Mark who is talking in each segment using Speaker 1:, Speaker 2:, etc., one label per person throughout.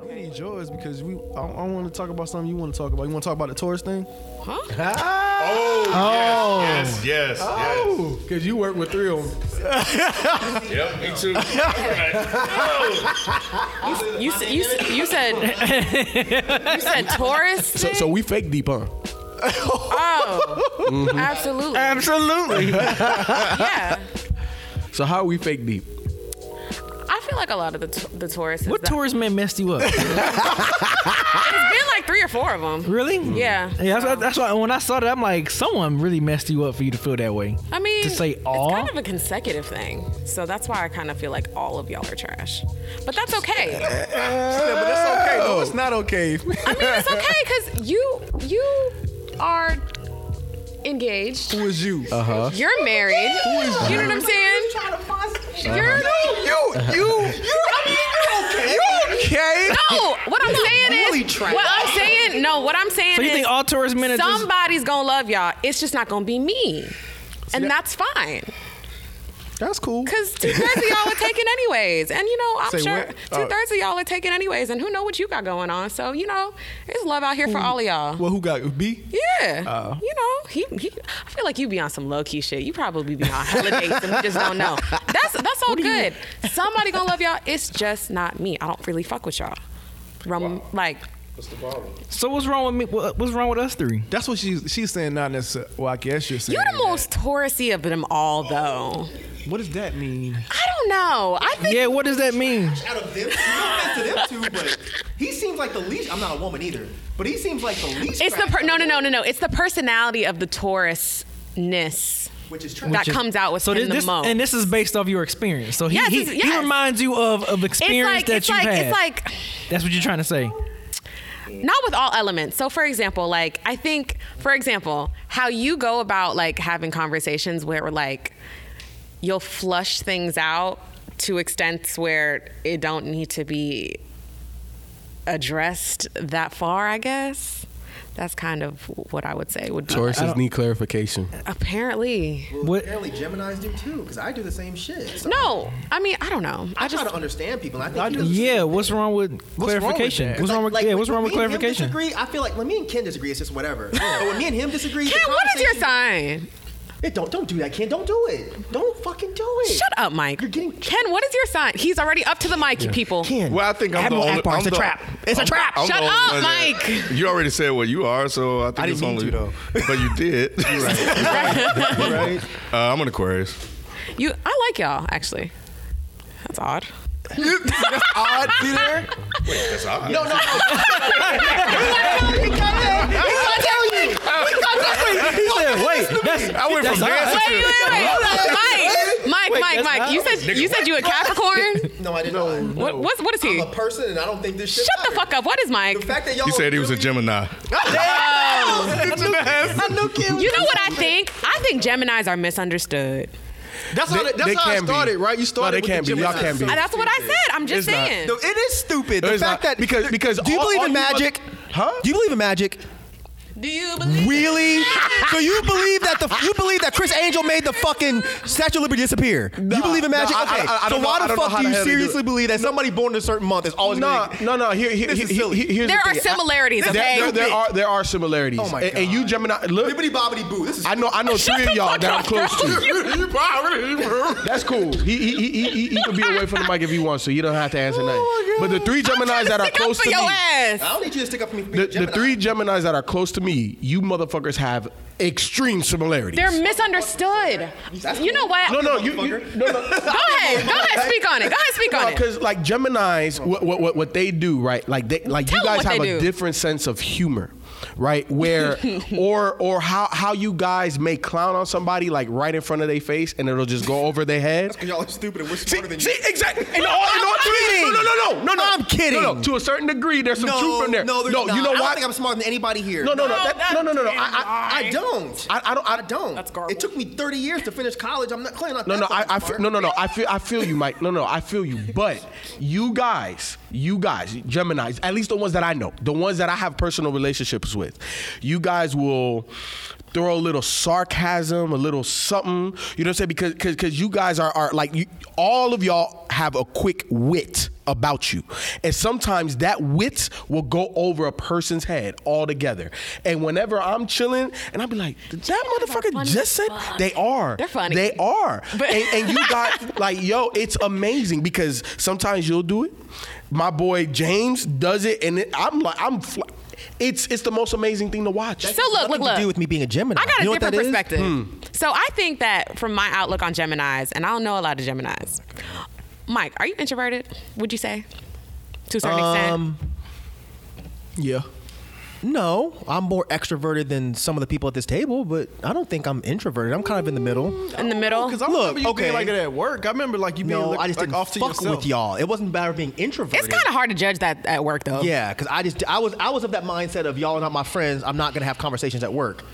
Speaker 1: gonna need yours because we. I, I want to talk about something you want to talk about. You want to talk about the Taurus thing?
Speaker 2: Oh,
Speaker 1: Oh.
Speaker 2: yes, yes, yes,
Speaker 1: because you work with three of them.
Speaker 2: yes. Yep, me too. Alright.
Speaker 3: You s- you s- you said you said Taurus.
Speaker 1: So, so we fake deep, huh?
Speaker 3: oh, absolutely.
Speaker 1: Absolutely.
Speaker 3: yeah,
Speaker 1: so how we fake deep?
Speaker 3: I feel like a lot of the t- the Taurus.
Speaker 4: What Taurus man messed you up?
Speaker 3: It's been like three or four of them.
Speaker 4: really?
Speaker 3: Yeah.
Speaker 4: Yeah, that's, that's why when I saw that, I'm like, someone really messed you up for you to feel that way.
Speaker 3: I mean,
Speaker 4: to say
Speaker 3: it's
Speaker 4: all.
Speaker 3: kind of a consecutive thing, so that's why I kind of feel like all of y'all are trash. But that's okay.
Speaker 1: Yeah, but that's okay. No, it's not okay.
Speaker 3: I mean, it's okay because you you are engaged.
Speaker 1: Who is you? Uh
Speaker 4: Uh-huh.
Speaker 1: huh.
Speaker 3: You're married. you know what I'm saying? You're
Speaker 1: You, you, you. I mean, you okay? You okay?
Speaker 3: no. What I'm saying
Speaker 1: really
Speaker 3: is,
Speaker 1: trash.
Speaker 3: what I'm saying, no. What I'm saying
Speaker 4: so you
Speaker 3: is,
Speaker 4: think all Taurus men are just
Speaker 3: somebody's gonna love y'all. It's just not gonna be me. And that's fine,
Speaker 1: That's cool.
Speaker 3: cause two thirds of y'all are taken anyways, and you know I'm
Speaker 1: Say
Speaker 3: sure
Speaker 1: what? Oh.
Speaker 3: two thirds of y'all are taken anyways, and who know what you got going on? So you know, it's love out here for
Speaker 1: Hmm.
Speaker 3: all of y'all.
Speaker 1: Well, who got B?
Speaker 3: Yeah, you know, he, he. I feel like you be on some low key shit. You probably be on holidays and we just don't know. That's that's all good. Somebody gonna love y'all. It's just not me. I don't really fuck with y'all. Rum, like
Speaker 4: So what's wrong with me? What, what's wrong with us three?
Speaker 1: That's what she's she's saying. Not necessarily. Well, I guess you're saying.
Speaker 3: you're the most Taurusy of them all, though.
Speaker 1: What does that mean?
Speaker 3: I don't know. I think
Speaker 4: Yeah, what does that mean?
Speaker 5: out of them, no offense to them two, but he seems like the least. I'm not a woman either, but he seems like the least.
Speaker 3: it's the
Speaker 5: trash
Speaker 3: per- no,
Speaker 5: of
Speaker 3: no,
Speaker 5: them,
Speaker 3: no, no, no. It's the personality of the Taurusness
Speaker 5: Which is trash.
Speaker 3: that comes out with
Speaker 4: So
Speaker 3: him
Speaker 4: this,
Speaker 3: the
Speaker 4: this
Speaker 3: most.
Speaker 4: and this is based off your experience. So he
Speaker 3: Yes,
Speaker 4: he,
Speaker 3: it's-
Speaker 4: he
Speaker 3: yes.
Speaker 4: reminds you of of
Speaker 3: it's
Speaker 4: experience
Speaker 3: like
Speaker 4: that
Speaker 3: it's
Speaker 4: you
Speaker 3: like
Speaker 4: had.
Speaker 3: it's like
Speaker 4: that's what you're trying to say.
Speaker 3: not with all elements. So, for example, like I think, for example, how you go about like having conversations where like you'll flush things out to extents where it don't need to be addressed that far. I guess that's kind of what I would say would be.
Speaker 6: Sources need clarification.
Speaker 3: Apparently,
Speaker 5: Well,
Speaker 4: What-
Speaker 5: Apparently, Gemini's do too, because I do the same shit. So
Speaker 3: no. I mean, I don't know. I
Speaker 5: I try
Speaker 3: just
Speaker 5: to understand people. And I think he does the same
Speaker 4: Yeah,
Speaker 5: thing.
Speaker 4: what's wrong with clarification?
Speaker 5: that?
Speaker 4: what's wrong with
Speaker 5: Like-
Speaker 4: yeah?
Speaker 5: like
Speaker 4: What's
Speaker 5: when
Speaker 4: wrong with
Speaker 5: me and him
Speaker 4: clarification?
Speaker 5: Disagree. I feel like when me and Ken disagree, it's just whatever. But when me Oh, and him disagree,
Speaker 3: Ken,
Speaker 5: the
Speaker 3: what is your
Speaker 5: conversation-
Speaker 3: sign?
Speaker 5: Hey, don't don't do that, Ken. Don't do it. Don't fucking do it.
Speaker 3: Shut up, Mike.
Speaker 5: You're getting-
Speaker 3: Ken, what is your sign? He's already up to the mic, you people.
Speaker 5: Ken.
Speaker 2: Well, I think I'm
Speaker 5: Admiral
Speaker 2: the only.
Speaker 5: Akbar,
Speaker 2: I'm
Speaker 5: it's a
Speaker 2: the-
Speaker 5: trap. It's a
Speaker 2: I'm-
Speaker 5: trap.
Speaker 2: I'm the
Speaker 3: Shut
Speaker 2: only
Speaker 3: up,
Speaker 2: one that-
Speaker 3: Mike.
Speaker 2: You already said what you are, so I think
Speaker 5: I
Speaker 2: it's
Speaker 5: didn't
Speaker 2: only.
Speaker 5: mean to,
Speaker 2: But you did.
Speaker 5: You're right.
Speaker 2: uh, I'm an Aquarius.
Speaker 3: You, I like y'all actually. That's odd.
Speaker 5: Odd, see there?
Speaker 2: That's all right.
Speaker 5: No, no, no. he got that. He got that. He got that. He got that.
Speaker 4: Wait, that's
Speaker 2: I went from dancing
Speaker 3: Wait, wait,
Speaker 2: to.
Speaker 3: wait, wait. Mike, Mike, Mike,
Speaker 4: that's
Speaker 3: Mike. You said you said you a Capricorn.
Speaker 5: No, I didn't. No,
Speaker 3: What, what's what is
Speaker 5: I'm
Speaker 3: he?
Speaker 5: a person, and I don't think this shit.
Speaker 3: Shut the fuck up. What is Mike?
Speaker 5: The fact that y'all
Speaker 2: You said he was a
Speaker 5: really-
Speaker 2: Gemini.
Speaker 5: I knew Ken.
Speaker 3: You know what I think? I think Gemini's are misunderstood.
Speaker 5: That's how. That's
Speaker 6: they
Speaker 5: how I
Speaker 6: can be.
Speaker 5: started, right? You started.
Speaker 6: they
Speaker 5: with
Speaker 6: can
Speaker 5: the
Speaker 6: be. Y'all
Speaker 5: Gemini.
Speaker 6: can be.
Speaker 3: Uh, That's what I said. I'm just
Speaker 6: It's not.
Speaker 3: saying.
Speaker 5: No, it is stupid.
Speaker 6: No,
Speaker 5: the
Speaker 6: it's
Speaker 5: fact
Speaker 6: not.
Speaker 5: that
Speaker 6: Because- because
Speaker 5: do you
Speaker 6: all-
Speaker 5: believe
Speaker 6: all
Speaker 5: in
Speaker 6: you other-
Speaker 5: magic?
Speaker 6: Huh?
Speaker 5: Do you believe in magic?
Speaker 3: Do you believe?
Speaker 5: Really? so you believe that the you believe that Chris Angel made the fucking Statue of Liberty disappear? you believe in magic?
Speaker 1: I-
Speaker 5: okay.
Speaker 1: I- I- I
Speaker 5: so
Speaker 1: don't know-
Speaker 5: why
Speaker 1: I
Speaker 5: the
Speaker 1: don't know
Speaker 5: fuck
Speaker 1: how
Speaker 5: do
Speaker 1: the
Speaker 5: you
Speaker 1: hell they do
Speaker 5: seriously
Speaker 1: it.
Speaker 5: believe that somebody born in a certain month is always
Speaker 1: No,
Speaker 5: gonna-
Speaker 1: no, no. Here, here,
Speaker 5: This
Speaker 1: here,
Speaker 5: is silly.
Speaker 1: here- here's
Speaker 3: There
Speaker 1: the
Speaker 3: are
Speaker 1: thing.
Speaker 3: similarities,
Speaker 1: I, there,
Speaker 3: okay?
Speaker 1: there, there are there are similarities.
Speaker 5: Oh my
Speaker 1: and, and
Speaker 5: God.
Speaker 1: you Gemini, look,
Speaker 5: Bibbidi bobbidi boo. This is
Speaker 1: I know I know
Speaker 3: Shut
Speaker 1: three
Speaker 3: the
Speaker 1: of y'all
Speaker 3: fuck
Speaker 1: that I'm
Speaker 3: up,
Speaker 1: close
Speaker 3: bro.
Speaker 1: to. That's cool. He he he he, he, he can be away from the mic if he wants, so you don't have to
Speaker 3: Oh
Speaker 1: answer nothing. But the three Gemini's that are
Speaker 3: Stick up
Speaker 1: close
Speaker 3: for
Speaker 1: to
Speaker 3: your
Speaker 1: me,
Speaker 5: I
Speaker 3: ass.
Speaker 5: don't need you to stick up for me. For being
Speaker 1: the,
Speaker 5: a
Speaker 1: the
Speaker 5: Gemini.
Speaker 1: three Gemini's that are close to me, you motherfuckers have extreme similarities.
Speaker 3: They're misunderstood. You know what?
Speaker 1: no, no, you, you no, no.
Speaker 3: Go ahead. Go ahead. Speak on it. Go ahead. Speak on it.
Speaker 1: Because like Gemini's, what, what what what they do, right? Like they like
Speaker 3: Tell
Speaker 1: you
Speaker 3: 'em
Speaker 1: guys
Speaker 3: what
Speaker 1: have
Speaker 3: they
Speaker 1: a
Speaker 3: do.
Speaker 1: different sense of humor, right? Where or or how how you guys may clown on somebody like right in front of their face and it'll just go over their head.
Speaker 5: y'all are stupid and we're
Speaker 1: See,
Speaker 5: smarter than you.
Speaker 1: see, exactly. In all, in all
Speaker 5: I'm
Speaker 1: three, no,
Speaker 5: kidding.
Speaker 1: no, no, no, no, no.
Speaker 5: I'm kidding.
Speaker 1: No, no. To a certain degree, there's some
Speaker 5: no,
Speaker 1: truth in there.
Speaker 5: No, there's
Speaker 1: no,
Speaker 5: not.
Speaker 1: you know
Speaker 5: I don't
Speaker 1: why?
Speaker 5: think I'm smarter than anybody here.
Speaker 1: No, no, no,
Speaker 5: I,
Speaker 1: that- no, no, no, no. I- I-
Speaker 5: I don't.
Speaker 1: I, I don't. I,
Speaker 5: I don't.
Speaker 3: That's garbled.
Speaker 5: It took me 30 years to finish college. I'm not clearly not.
Speaker 1: No,
Speaker 5: that
Speaker 1: no, I,
Speaker 5: fucking
Speaker 1: I
Speaker 5: smart.
Speaker 1: feel, no, no, no. I feel, I feel you, Mike. No, no, I feel you. But you guys, you guys, Gemini's, at least the ones that I know, the ones that I have personal relationships with, you guys will throw a little sarcasm, a little something. You know what I'm saying? Because, because, because you guys are, are like, you, all of y'all have a quick wit about you. And sometimes that wit will go over a person's head altogether. And whenever I'm chilling and I'll be like, did that motherfucker
Speaker 3: funny
Speaker 1: just
Speaker 3: as
Speaker 1: said
Speaker 3: fuck.
Speaker 1: they are.
Speaker 3: They're funny.
Speaker 1: They are.
Speaker 3: But-
Speaker 1: and, and you got like, yo, it's amazing because sometimes you'll do it. My boy James does it, and it, I'm like, I'm. Fl- it's it's the most amazing thing to watch.
Speaker 3: So look, look,
Speaker 5: Nothing
Speaker 3: look.
Speaker 5: To do with me being a Gemini.
Speaker 3: I got a
Speaker 5: you know
Speaker 3: different
Speaker 5: what that is? Hmm.
Speaker 3: perspective. So I think that from my outlook on Gemini's, and I don't know a lot of Gemini's. Mike, are you introverted? Would you say, to a certain
Speaker 5: Um,
Speaker 1: yeah.
Speaker 5: No, I'm more extroverted than some of the people at this table, but I don't think I'm introverted. I'm kind of in the middle.
Speaker 3: extent? In the middle.
Speaker 7: Because Mm, I
Speaker 5: Look,
Speaker 7: remember you
Speaker 5: okay.
Speaker 7: being like that at work. I remember like you being
Speaker 5: No,
Speaker 7: like,
Speaker 5: I just
Speaker 7: like
Speaker 5: didn't
Speaker 7: off to
Speaker 5: fuck
Speaker 7: yourself.
Speaker 5: with y'all. It wasn't about being introverted.
Speaker 3: it's kind of hard to judge that at work, though.
Speaker 5: Yeah, because I just I was I was of that mindset of y'all are not my friends. I'm not gonna have conversations at work,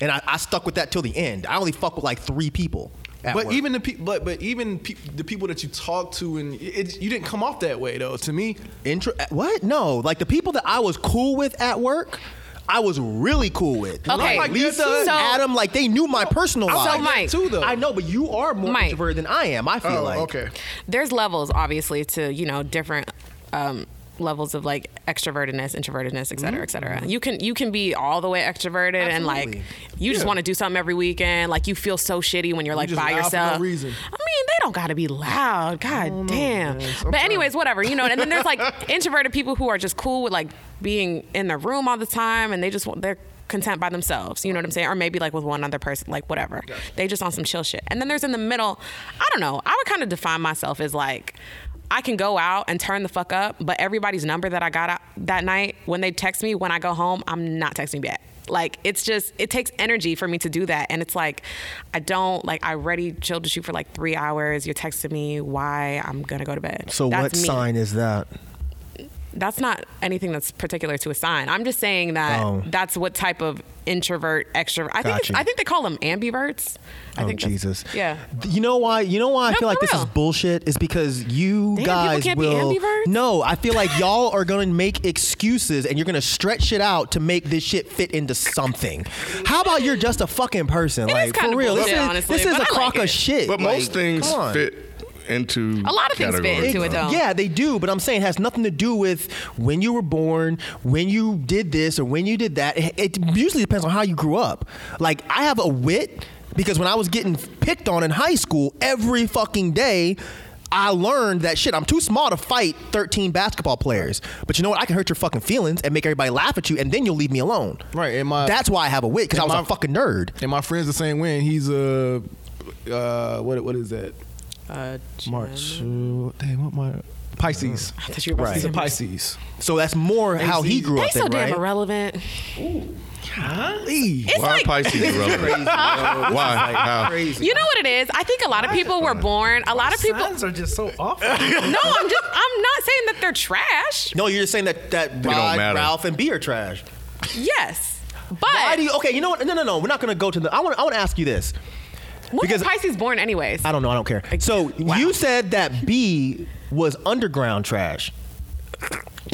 Speaker 5: and I, I stuck with that till the end. I only fuck with like three people. At
Speaker 7: But
Speaker 5: work.
Speaker 7: even the people, but but even pe- the people that you talk to, and it, you didn't come off that way though. To me,
Speaker 5: intro eh, what? No, like the people that I was cool with at work. I was really cool with.
Speaker 3: Okay,
Speaker 5: like Lisa,
Speaker 3: so-
Speaker 5: Adam, like they knew my personal
Speaker 3: So,
Speaker 5: life.
Speaker 3: Mike-
Speaker 7: too though.
Speaker 5: I know, but you are more
Speaker 3: Mike.
Speaker 5: introverted than I am. I feel
Speaker 1: Oh,
Speaker 5: like.
Speaker 1: okay.
Speaker 3: there's levels obviously to you know different um, levels of like extrovertedness introvertedness et cetera et
Speaker 7: Mm-hmm.
Speaker 3: cetera you can you can be all the way extroverted and like you just want to do something every weekend like you feel so shitty when you're like
Speaker 7: just
Speaker 3: by
Speaker 7: loud for no
Speaker 3: yourself
Speaker 7: reason. Oh
Speaker 3: i mean they don't gotta be loud god damn but anyways whatever you know and then there's like introverted people who are just cool with like being in the room all the time and they just want they're content by themselves you know what i'm saying or maybe like with one other person like whatever they just on some chill shit and then there's in the middle i don't know i would kind of define myself as like I can go out and turn the fuck up, but everybody's number that I got out that night, when they text me, when I go home, I'm not texting back. Like it's just it takes energy for me to do that, and it's like I don't like I already chilled to shoot for like three hours. You're texting me why I'm gonna go to bed.
Speaker 5: So what
Speaker 3: That's me.
Speaker 5: sign is that?
Speaker 3: That's not anything that's particular to a sign. I'm just saying that
Speaker 5: Oh.
Speaker 3: that's what type of introvert extrovert. I think it's,
Speaker 5: Gotcha.
Speaker 3: I think they call them ambiverts. I
Speaker 5: oh
Speaker 3: think that's-
Speaker 5: Jesus!
Speaker 3: Yeah.
Speaker 5: You know why? You know why I
Speaker 3: No,
Speaker 5: feel like
Speaker 3: for
Speaker 5: this is
Speaker 3: real.
Speaker 5: bullshit is because you
Speaker 3: people
Speaker 5: guys
Speaker 3: can't be
Speaker 5: will.
Speaker 3: ambiverts?
Speaker 5: no, I feel like y'all are gonna make excuses and you're gonna stretch it out to make this shit fit into something. How about you're just a fucking person?
Speaker 3: It is
Speaker 5: like
Speaker 3: kinda
Speaker 5: for real,
Speaker 3: bullshit,
Speaker 5: this is
Speaker 3: honestly,
Speaker 5: this is
Speaker 3: but
Speaker 5: a
Speaker 3: I
Speaker 5: crock
Speaker 3: like
Speaker 5: of
Speaker 3: it.
Speaker 5: shit.
Speaker 8: But most
Speaker 5: like,
Speaker 8: things
Speaker 5: come on.
Speaker 8: fit into
Speaker 3: A lot of things fit
Speaker 8: categories,
Speaker 3: into it,
Speaker 8: though.
Speaker 3: though.
Speaker 5: Yeah, they do, but I'm saying it has nothing to do with when you were born, when you did this, or when you did that. It, it usually depends on how you grew up. Like, I have a wit because when I was getting picked on in high school every fucking day, I learned that shit. I'm too small to fight 13 basketball players, but you know what? I can hurt your fucking feelings and make everybody laugh at you, and then you'll leave me alone.
Speaker 7: Right, and my-
Speaker 5: That's why I have a wit because I
Speaker 7: and
Speaker 5: was
Speaker 7: my-
Speaker 5: a fucking nerd.
Speaker 7: and my friend's the same way. and He's a uh, what what is that?
Speaker 3: Uh,
Speaker 7: March. Uh, damn, what my Pisces.
Speaker 3: I thought you were about to
Speaker 7: He's
Speaker 3: say
Speaker 7: a Pisces.
Speaker 5: So that's more how he grew
Speaker 3: They
Speaker 5: up.
Speaker 3: so
Speaker 5: then,
Speaker 3: damn
Speaker 5: right?
Speaker 3: irrelevant.
Speaker 7: Golly.
Speaker 3: It's
Speaker 8: Why
Speaker 3: like
Speaker 8: Pisces irrelevant? Why? How?
Speaker 3: You know what it is? I think a lot of people were born. A lot of people.
Speaker 4: Signs are just so awful.
Speaker 3: No, I'm just. I'm not saying that they're trash.
Speaker 5: No, you're just saying that that
Speaker 8: don't
Speaker 5: Rod,
Speaker 8: matter.
Speaker 5: Ralph, and B are trash.
Speaker 3: Yes,
Speaker 5: Why
Speaker 3: but
Speaker 5: do you, okay, you know what? No, no, no. We're not going to go to the. I want. I want to ask you this.
Speaker 3: when
Speaker 5: because-
Speaker 3: was Pisces born, anyways?
Speaker 5: I don't know. I don't care. So
Speaker 3: Wow.
Speaker 5: you said that B was underground trash.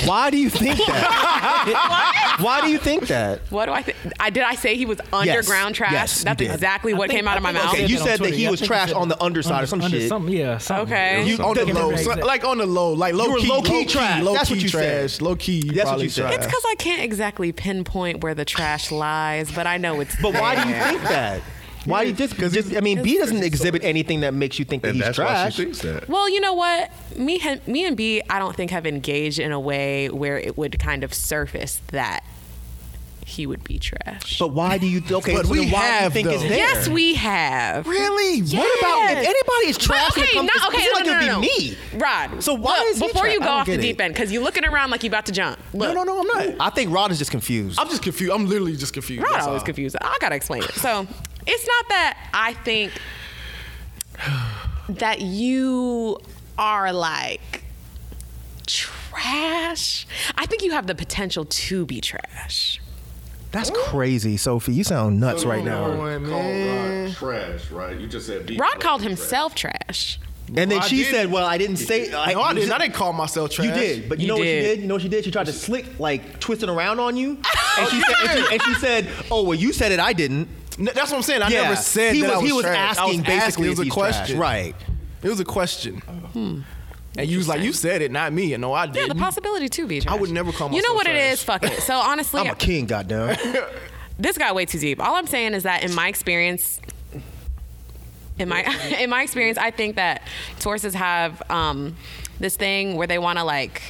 Speaker 5: Why do you think that? Why do you think that?
Speaker 3: What do I think? I, did I say he was underground trash?
Speaker 5: Yes, you
Speaker 3: That's
Speaker 5: did.
Speaker 3: exactly
Speaker 4: I
Speaker 3: what
Speaker 4: think-
Speaker 3: came out of my
Speaker 4: I think I
Speaker 3: mouth.
Speaker 5: Okay, you
Speaker 4: that on
Speaker 5: said that
Speaker 4: Twitter.
Speaker 5: he
Speaker 4: I
Speaker 5: was
Speaker 4: think
Speaker 5: trash
Speaker 4: you said
Speaker 5: on the underside or
Speaker 4: under-
Speaker 5: some
Speaker 4: under
Speaker 5: shit.
Speaker 4: Something, yeah. Something.
Speaker 3: Okay.
Speaker 5: You on the
Speaker 4: Doesn't
Speaker 5: low.
Speaker 4: matter
Speaker 5: so-
Speaker 4: exactly.
Speaker 5: Like
Speaker 1: Like on the low, like low
Speaker 5: were
Speaker 1: key,
Speaker 5: low-key
Speaker 1: low key
Speaker 5: trash.
Speaker 1: Low
Speaker 5: That's
Speaker 1: key
Speaker 5: what you said.
Speaker 1: trash. Low key. You
Speaker 5: That's what
Speaker 1: probably
Speaker 5: you said.
Speaker 3: It's
Speaker 1: trash.
Speaker 3: because I can't exactly pinpoint where the trash lies, but I know it's.
Speaker 5: But why
Speaker 3: there.
Speaker 5: do you think that? Why do you just, just I mean, B doesn't exhibit anything that makes you think that
Speaker 8: And
Speaker 5: he's
Speaker 8: that's why
Speaker 5: trash.
Speaker 8: she thinks that.
Speaker 3: Well, you know what? Me, ha- me and B, I don't think have engaged in a way where it would kind of surface that he would be trash.
Speaker 5: But why do you okay?
Speaker 1: But
Speaker 5: so then
Speaker 1: we
Speaker 5: why do you
Speaker 1: have,
Speaker 5: think it's
Speaker 1: though.
Speaker 5: there?
Speaker 3: Yes, we have.
Speaker 5: Really? What about if
Speaker 3: Yes.
Speaker 5: anybody is
Speaker 3: But
Speaker 5: trash when it
Speaker 3: okay,
Speaker 5: comes
Speaker 3: not-
Speaker 5: to
Speaker 3: okay,
Speaker 5: it's
Speaker 3: no,
Speaker 5: like
Speaker 3: no,
Speaker 5: it'd
Speaker 3: no,
Speaker 5: be
Speaker 3: no.
Speaker 5: me.
Speaker 3: Rod.
Speaker 5: So why
Speaker 3: look,
Speaker 5: is he
Speaker 3: before
Speaker 5: trash?
Speaker 3: you go
Speaker 5: I don't
Speaker 3: off the
Speaker 5: get it.
Speaker 3: deep end because you're looking around like you're about to jump. Look,
Speaker 5: No, no, no, I'm not. I think Rod is just confused.
Speaker 1: I'm just confused. I'm literally just confused.
Speaker 3: Rod
Speaker 1: That's
Speaker 3: always
Speaker 1: all.
Speaker 3: confused. I gotta explain it. So it's not that I think that you are like trash. I think you have the potential to be trash.
Speaker 5: That's crazy, Sophie. You sound nuts right now.
Speaker 1: Oh,
Speaker 8: Called Rod trash, right? You just said.
Speaker 3: Rod called himself trash.
Speaker 5: And then
Speaker 1: I
Speaker 5: she
Speaker 1: did.
Speaker 5: said, "Well, I didn't say. I,
Speaker 1: No, I didn't. I didn't call myself trash.
Speaker 5: You did, but you,
Speaker 3: You
Speaker 5: know what she
Speaker 3: did.
Speaker 5: did? You know what she did? She tried to slick, like twist it around on you,
Speaker 1: Oh,
Speaker 5: and she said, and she, and she said, "Oh, well, you said it. I didn't."
Speaker 1: N- That's what I'm saying. I
Speaker 5: Yeah.
Speaker 1: never said
Speaker 5: He
Speaker 1: that
Speaker 5: was-
Speaker 1: I was
Speaker 5: he was
Speaker 1: trash. I
Speaker 5: asking basically
Speaker 1: asking. It was
Speaker 5: if
Speaker 1: a
Speaker 5: he's
Speaker 1: question,
Speaker 5: trash. Right.
Speaker 1: It was a question. And you was like, you said it, not me. And no, I
Speaker 3: Yeah,
Speaker 1: didn't.
Speaker 3: the possibility to be trash.
Speaker 1: would never call
Speaker 3: You know
Speaker 1: myself
Speaker 3: what it
Speaker 1: trash.
Speaker 3: is? Fuck it. So honestly,
Speaker 5: I'm a king, goddamn.
Speaker 3: this got way too deep. All I'm saying is that in my experience, in my in my experience, I think that Tauruses have um, this thing where they want to like,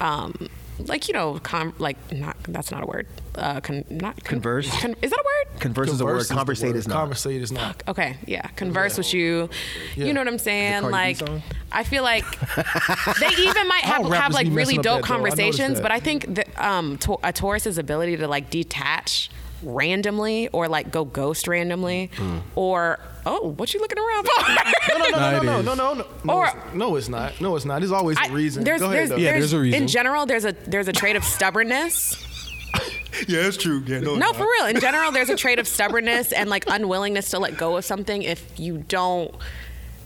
Speaker 3: um, like you know, com- like not that's not a word. Uh, con- not con-
Speaker 5: Converse?
Speaker 3: con- is that a word?
Speaker 5: Converse is a word. Conversate is not.
Speaker 1: Conversate is not.
Speaker 3: okay, yeah, converse with you.
Speaker 1: Yeah.
Speaker 3: You know what I'm saying?
Speaker 1: Cardi B
Speaker 3: Like,
Speaker 1: song?
Speaker 3: I feel like they even might have,
Speaker 1: All
Speaker 3: have
Speaker 1: rappers
Speaker 3: like
Speaker 1: be
Speaker 3: really
Speaker 1: messing up
Speaker 3: dope
Speaker 1: that, though. I noticed
Speaker 3: conversations,
Speaker 1: that.
Speaker 3: but I think that um, to- a Taurus's ability to like detach randomly or like go ghost randomly or oh, what you looking around for?
Speaker 1: Hmm. No, no, no, no, no, no, no, no, no.
Speaker 3: Or-
Speaker 1: it's- no, it's not. No, it's not. There's always a reason.
Speaker 3: There's,
Speaker 1: Go ahead,
Speaker 3: there's,
Speaker 1: though.
Speaker 3: there's, In general, there's a there's a trait of stubbornness.
Speaker 1: yeah, that's true. Yeah, no,
Speaker 3: No, for real. In general, there's a trait of stubbornness and like unwillingness to let go of something if you don't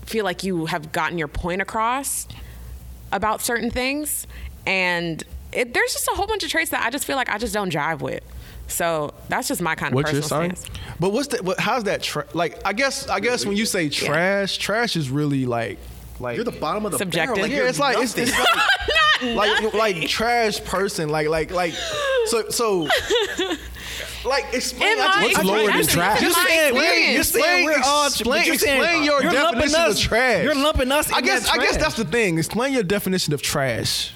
Speaker 3: feel like you have gotten your point across about certain things. And it, there's just a whole bunch of traits that I just feel like I just don't jive with. So that's just my kind of
Speaker 9: What's your
Speaker 3: personal
Speaker 9: sign?
Speaker 3: stance.
Speaker 1: But what's that? What, how's that? Tra- like, I guess, I guess when you say trash, trash is really like, like
Speaker 5: You're the bottom of the
Speaker 3: Subjective.
Speaker 5: barrel.
Speaker 1: yeah, it's like it's, it's
Speaker 3: Not
Speaker 1: like, like
Speaker 3: nothing.
Speaker 1: like trash person, like like like so so. Like explain
Speaker 3: In
Speaker 1: I just-
Speaker 3: my
Speaker 1: I just-
Speaker 3: lower than
Speaker 1: I just-
Speaker 3: trash?
Speaker 1: Just
Speaker 3: In my
Speaker 1: saying,
Speaker 3: experience.
Speaker 1: wait, you're saying uh,
Speaker 4: We're all-
Speaker 1: explain,
Speaker 4: but you're saying-
Speaker 1: explain your
Speaker 4: you're lumping
Speaker 1: definition
Speaker 4: us-
Speaker 1: of trash.
Speaker 4: you're lumping us
Speaker 1: I
Speaker 4: in
Speaker 1: guess
Speaker 4: that
Speaker 1: I guess
Speaker 4: trash.
Speaker 1: that's the thing. Explain your definition of trash.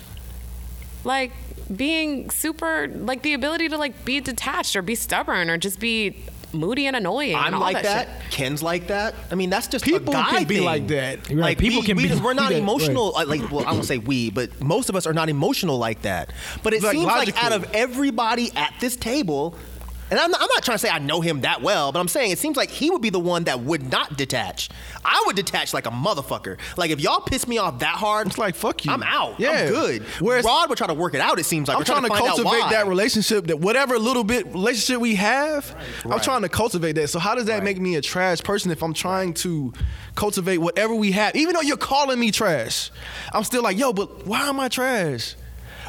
Speaker 3: like being super like the ability to like be detached or be stubborn or just be moody and annoying. and
Speaker 5: I'm
Speaker 3: all that.
Speaker 5: like
Speaker 3: shit.
Speaker 5: that. Ken's like that. I mean, that's just
Speaker 1: People
Speaker 5: a guy
Speaker 1: can be
Speaker 5: thing.
Speaker 1: like that.
Speaker 4: Right,
Speaker 5: Like
Speaker 4: people
Speaker 5: we,
Speaker 4: can
Speaker 5: we,
Speaker 4: be-
Speaker 5: We're not
Speaker 4: do that,
Speaker 5: emotional. uh, Like, well, I won't say we, but most of us are not emotional like that. But it
Speaker 1: Like,
Speaker 5: seems like
Speaker 1: logical.
Speaker 5: out of everybody at this table. And I'm not, I'm not trying to say I know him that well, but I'm saying it seems like he would be the one that would not detach. I would detach like a motherfucker. Like if y'all piss me off that hard,
Speaker 1: It's like, fuck you.
Speaker 5: I'm out. I'm
Speaker 1: Yeah.
Speaker 5: good.
Speaker 1: Whereas-
Speaker 5: Rod would try to work it out. It seems like
Speaker 1: I'm
Speaker 5: We're
Speaker 1: trying to,
Speaker 5: find out
Speaker 1: cultivate
Speaker 5: why.
Speaker 1: that relationship, that whatever little bit relationship we have, I'm trying to cultivate that. So how does that make me a trash person if I'm trying to cultivate whatever we have? Even though you're calling me trash, I'm still like, yo, but why am I trash?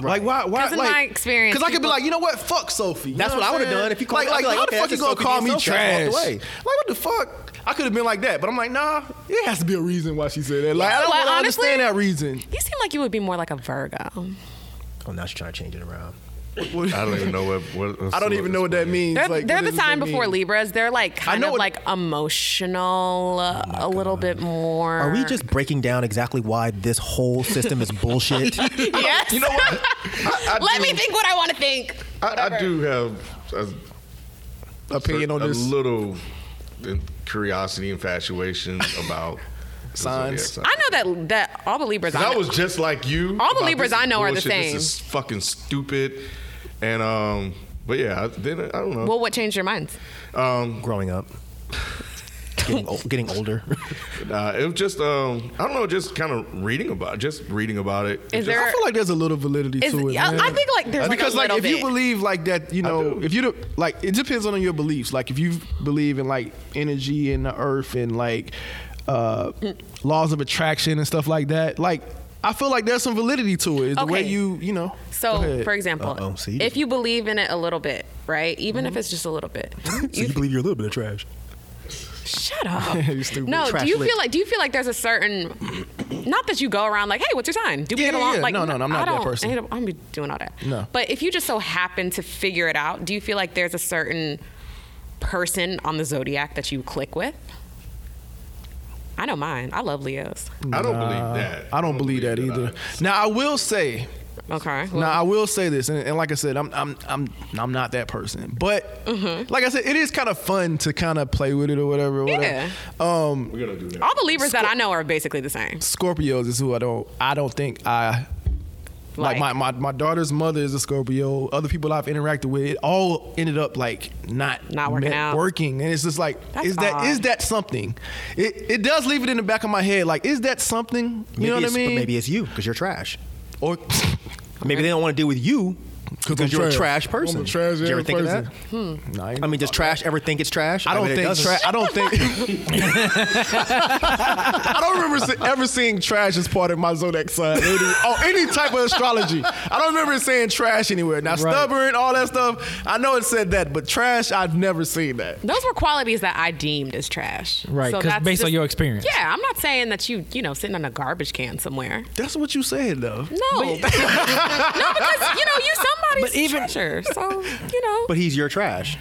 Speaker 1: Like why? Why?
Speaker 3: 'Cause in
Speaker 1: like,
Speaker 3: my experience,
Speaker 1: because I could be
Speaker 3: people-
Speaker 1: like, you know what? Fuck Sophie. You
Speaker 5: That's
Speaker 1: know
Speaker 5: what I
Speaker 1: I'm
Speaker 5: would've
Speaker 1: saying?
Speaker 5: done if you called-
Speaker 1: like,
Speaker 5: I'd be
Speaker 1: like,
Speaker 5: like,
Speaker 1: how
Speaker 5: okay,
Speaker 1: the fuck you
Speaker 5: that's
Speaker 1: gonna
Speaker 5: just
Speaker 1: call
Speaker 5: Sophie
Speaker 1: me
Speaker 5: being selfish. I
Speaker 1: trash?
Speaker 5: walked away.
Speaker 1: Like what the fuck? I could have been like that, but I'm like, nah. It has to be a reason why she said that. Like
Speaker 3: You know
Speaker 1: I don't
Speaker 3: what,
Speaker 1: want to
Speaker 3: honestly?
Speaker 1: understand that reason.
Speaker 3: You seem like you would be more like a Virgo.
Speaker 5: Oh, now she's trying to change it around.
Speaker 8: I don't even know what. what
Speaker 1: I don't even know what that means.
Speaker 3: They're,
Speaker 1: Like,
Speaker 3: they're
Speaker 1: what
Speaker 3: the
Speaker 1: does that
Speaker 3: sign before
Speaker 1: mean?
Speaker 3: Libras. They're like kind
Speaker 1: know
Speaker 3: of
Speaker 1: what-
Speaker 3: like emotional, uh, a little bit more.
Speaker 5: Are we just breaking down exactly why this whole system is bullshit?
Speaker 3: yes.
Speaker 8: You know what? I, I
Speaker 3: Let
Speaker 8: do,
Speaker 3: me think what I want to think.
Speaker 8: I, I do have a,
Speaker 1: Opinion on
Speaker 8: a
Speaker 1: this?
Speaker 8: little in- curiosity, infatuation about the
Speaker 1: Signs.
Speaker 8: zodiac
Speaker 3: I
Speaker 8: sign.
Speaker 3: know that that all the Libras. I
Speaker 8: Because I
Speaker 3: know-
Speaker 8: was just like you.
Speaker 3: All the
Speaker 8: about
Speaker 3: Libras
Speaker 8: this is
Speaker 3: I know are the
Speaker 8: bullshit,
Speaker 3: same.
Speaker 8: This is fucking stupid. And um, but yeah, I, then I don't know.
Speaker 3: well, what changed your minds?
Speaker 8: um,
Speaker 5: Growing up, getting, ol- getting older.
Speaker 8: nah, it was just um, I don't know, just kind of reading about, just reading about it. It
Speaker 3: Is
Speaker 8: just-
Speaker 3: there-
Speaker 1: I feel like there's a little validity
Speaker 3: Is-
Speaker 1: to it.
Speaker 3: I-
Speaker 1: man.
Speaker 3: I think, like, there's, like,
Speaker 1: because
Speaker 3: a
Speaker 1: like
Speaker 3: little
Speaker 1: if you
Speaker 3: bit.
Speaker 1: believe like that, you know,
Speaker 8: do.
Speaker 1: if you do- like, it depends on your beliefs. Like if you believe in like energy and the earth and like uh, laws of attraction and stuff like that, like
Speaker 7: I feel like there's some validity to it. The way
Speaker 3: Okay.
Speaker 7: you, you know. Go
Speaker 3: So,
Speaker 7: ahead.
Speaker 3: for example,
Speaker 5: Uh-oh, see, you
Speaker 3: if
Speaker 5: didn't-
Speaker 3: you believe in it a little bit, right? Even if it's just a little bit,
Speaker 5: you believe you're a little bit of trash.
Speaker 3: Shut up.
Speaker 5: You stupid.
Speaker 3: No,
Speaker 5: Trash
Speaker 3: do you
Speaker 5: lick.
Speaker 3: feel like do you feel like there's a certain not that you go around like, hey, what's your sign? Do we
Speaker 7: Yeah,
Speaker 3: get
Speaker 7: yeah,
Speaker 3: along?
Speaker 7: yeah.
Speaker 3: Like,
Speaker 7: No, no, no, I'm not
Speaker 3: I
Speaker 7: that
Speaker 3: don't,
Speaker 7: person.
Speaker 3: I don't, I'm be doing all that.
Speaker 7: No.
Speaker 3: But if you just so happen to figure it out, do you feel like there's a certain person on the zodiac that you click with? I know mine. I love Leos.
Speaker 8: I don't believe that.
Speaker 7: I don't believe that either. Now I will say,
Speaker 3: Okay. well,
Speaker 7: now I will say this, and, and like I said, I'm I'm I'm I'm not that person. But
Speaker 3: Mm-hmm.
Speaker 7: like I said, it is kind of fun to kind of play with it or whatever. Or whatever.
Speaker 3: Yeah.
Speaker 7: Um,
Speaker 8: We're gonna do that.
Speaker 3: all believers that I know are basically the same.
Speaker 7: Scorpios is who I don't I don't think I like,
Speaker 3: Like?
Speaker 7: my, my my daughter's mother is a Scorpio. Other people I've interacted with, it all ended up like not
Speaker 3: Not working
Speaker 7: meant
Speaker 3: out.
Speaker 7: Working, and it's just like
Speaker 3: That's
Speaker 7: is that
Speaker 3: odd.
Speaker 7: is that something? It it does leave it in the back of my head. Like is that something? You
Speaker 5: Maybe
Speaker 7: know what I
Speaker 5: it's- but
Speaker 7: mean?
Speaker 5: Maybe it's you because you're trash.
Speaker 7: or
Speaker 5: Maybe they don't want to deal with you because you're a trash person.
Speaker 7: I'm a trash
Speaker 5: Did you ever
Speaker 7: ass
Speaker 5: think of that?
Speaker 7: person. Nah, ain't-
Speaker 5: I mean, does trash ever think it's trash?
Speaker 7: I don't
Speaker 5: mean, it
Speaker 7: think
Speaker 5: doesn't.
Speaker 7: trash. I don't think. I don't remember se- ever seeing trash as part of my zodiac sign. Any, oh, any type of astrology. I don't remember it saying trash anywhere. Now stubborn, all that stuff. I know it said that, but trash, I've never seen that.
Speaker 3: Those were qualities that I deemed as trash.
Speaker 4: Right, 'cause
Speaker 3: that's
Speaker 4: based on your experience.
Speaker 3: Yeah, I'm not saying that you, you know, sitting on a garbage can somewhere.
Speaker 7: That's what you said though.
Speaker 3: No, no, because you know you somebody's
Speaker 4: But even-
Speaker 3: treasure. So you know,
Speaker 5: But he's your trash.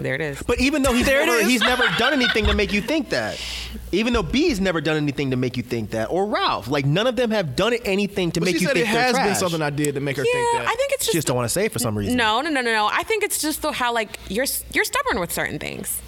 Speaker 3: there it is.
Speaker 5: But even though he's
Speaker 4: There it
Speaker 5: never,
Speaker 4: is.
Speaker 5: he's never done anything to make you think that. Even though B's never done anything to make you think that, or Ralph, like none of them have done anything to
Speaker 7: But
Speaker 5: make
Speaker 7: she
Speaker 5: you
Speaker 7: said
Speaker 5: think
Speaker 7: it has
Speaker 5: they're
Speaker 7: been
Speaker 5: trash.
Speaker 7: something I did to make her
Speaker 3: yeah,
Speaker 7: think that.
Speaker 3: I think it's
Speaker 5: She
Speaker 3: just,
Speaker 5: just don't want to say it for some reason.
Speaker 3: no, no, no, no, no. I think it's just the, how like you're s- you're stubborn with certain things.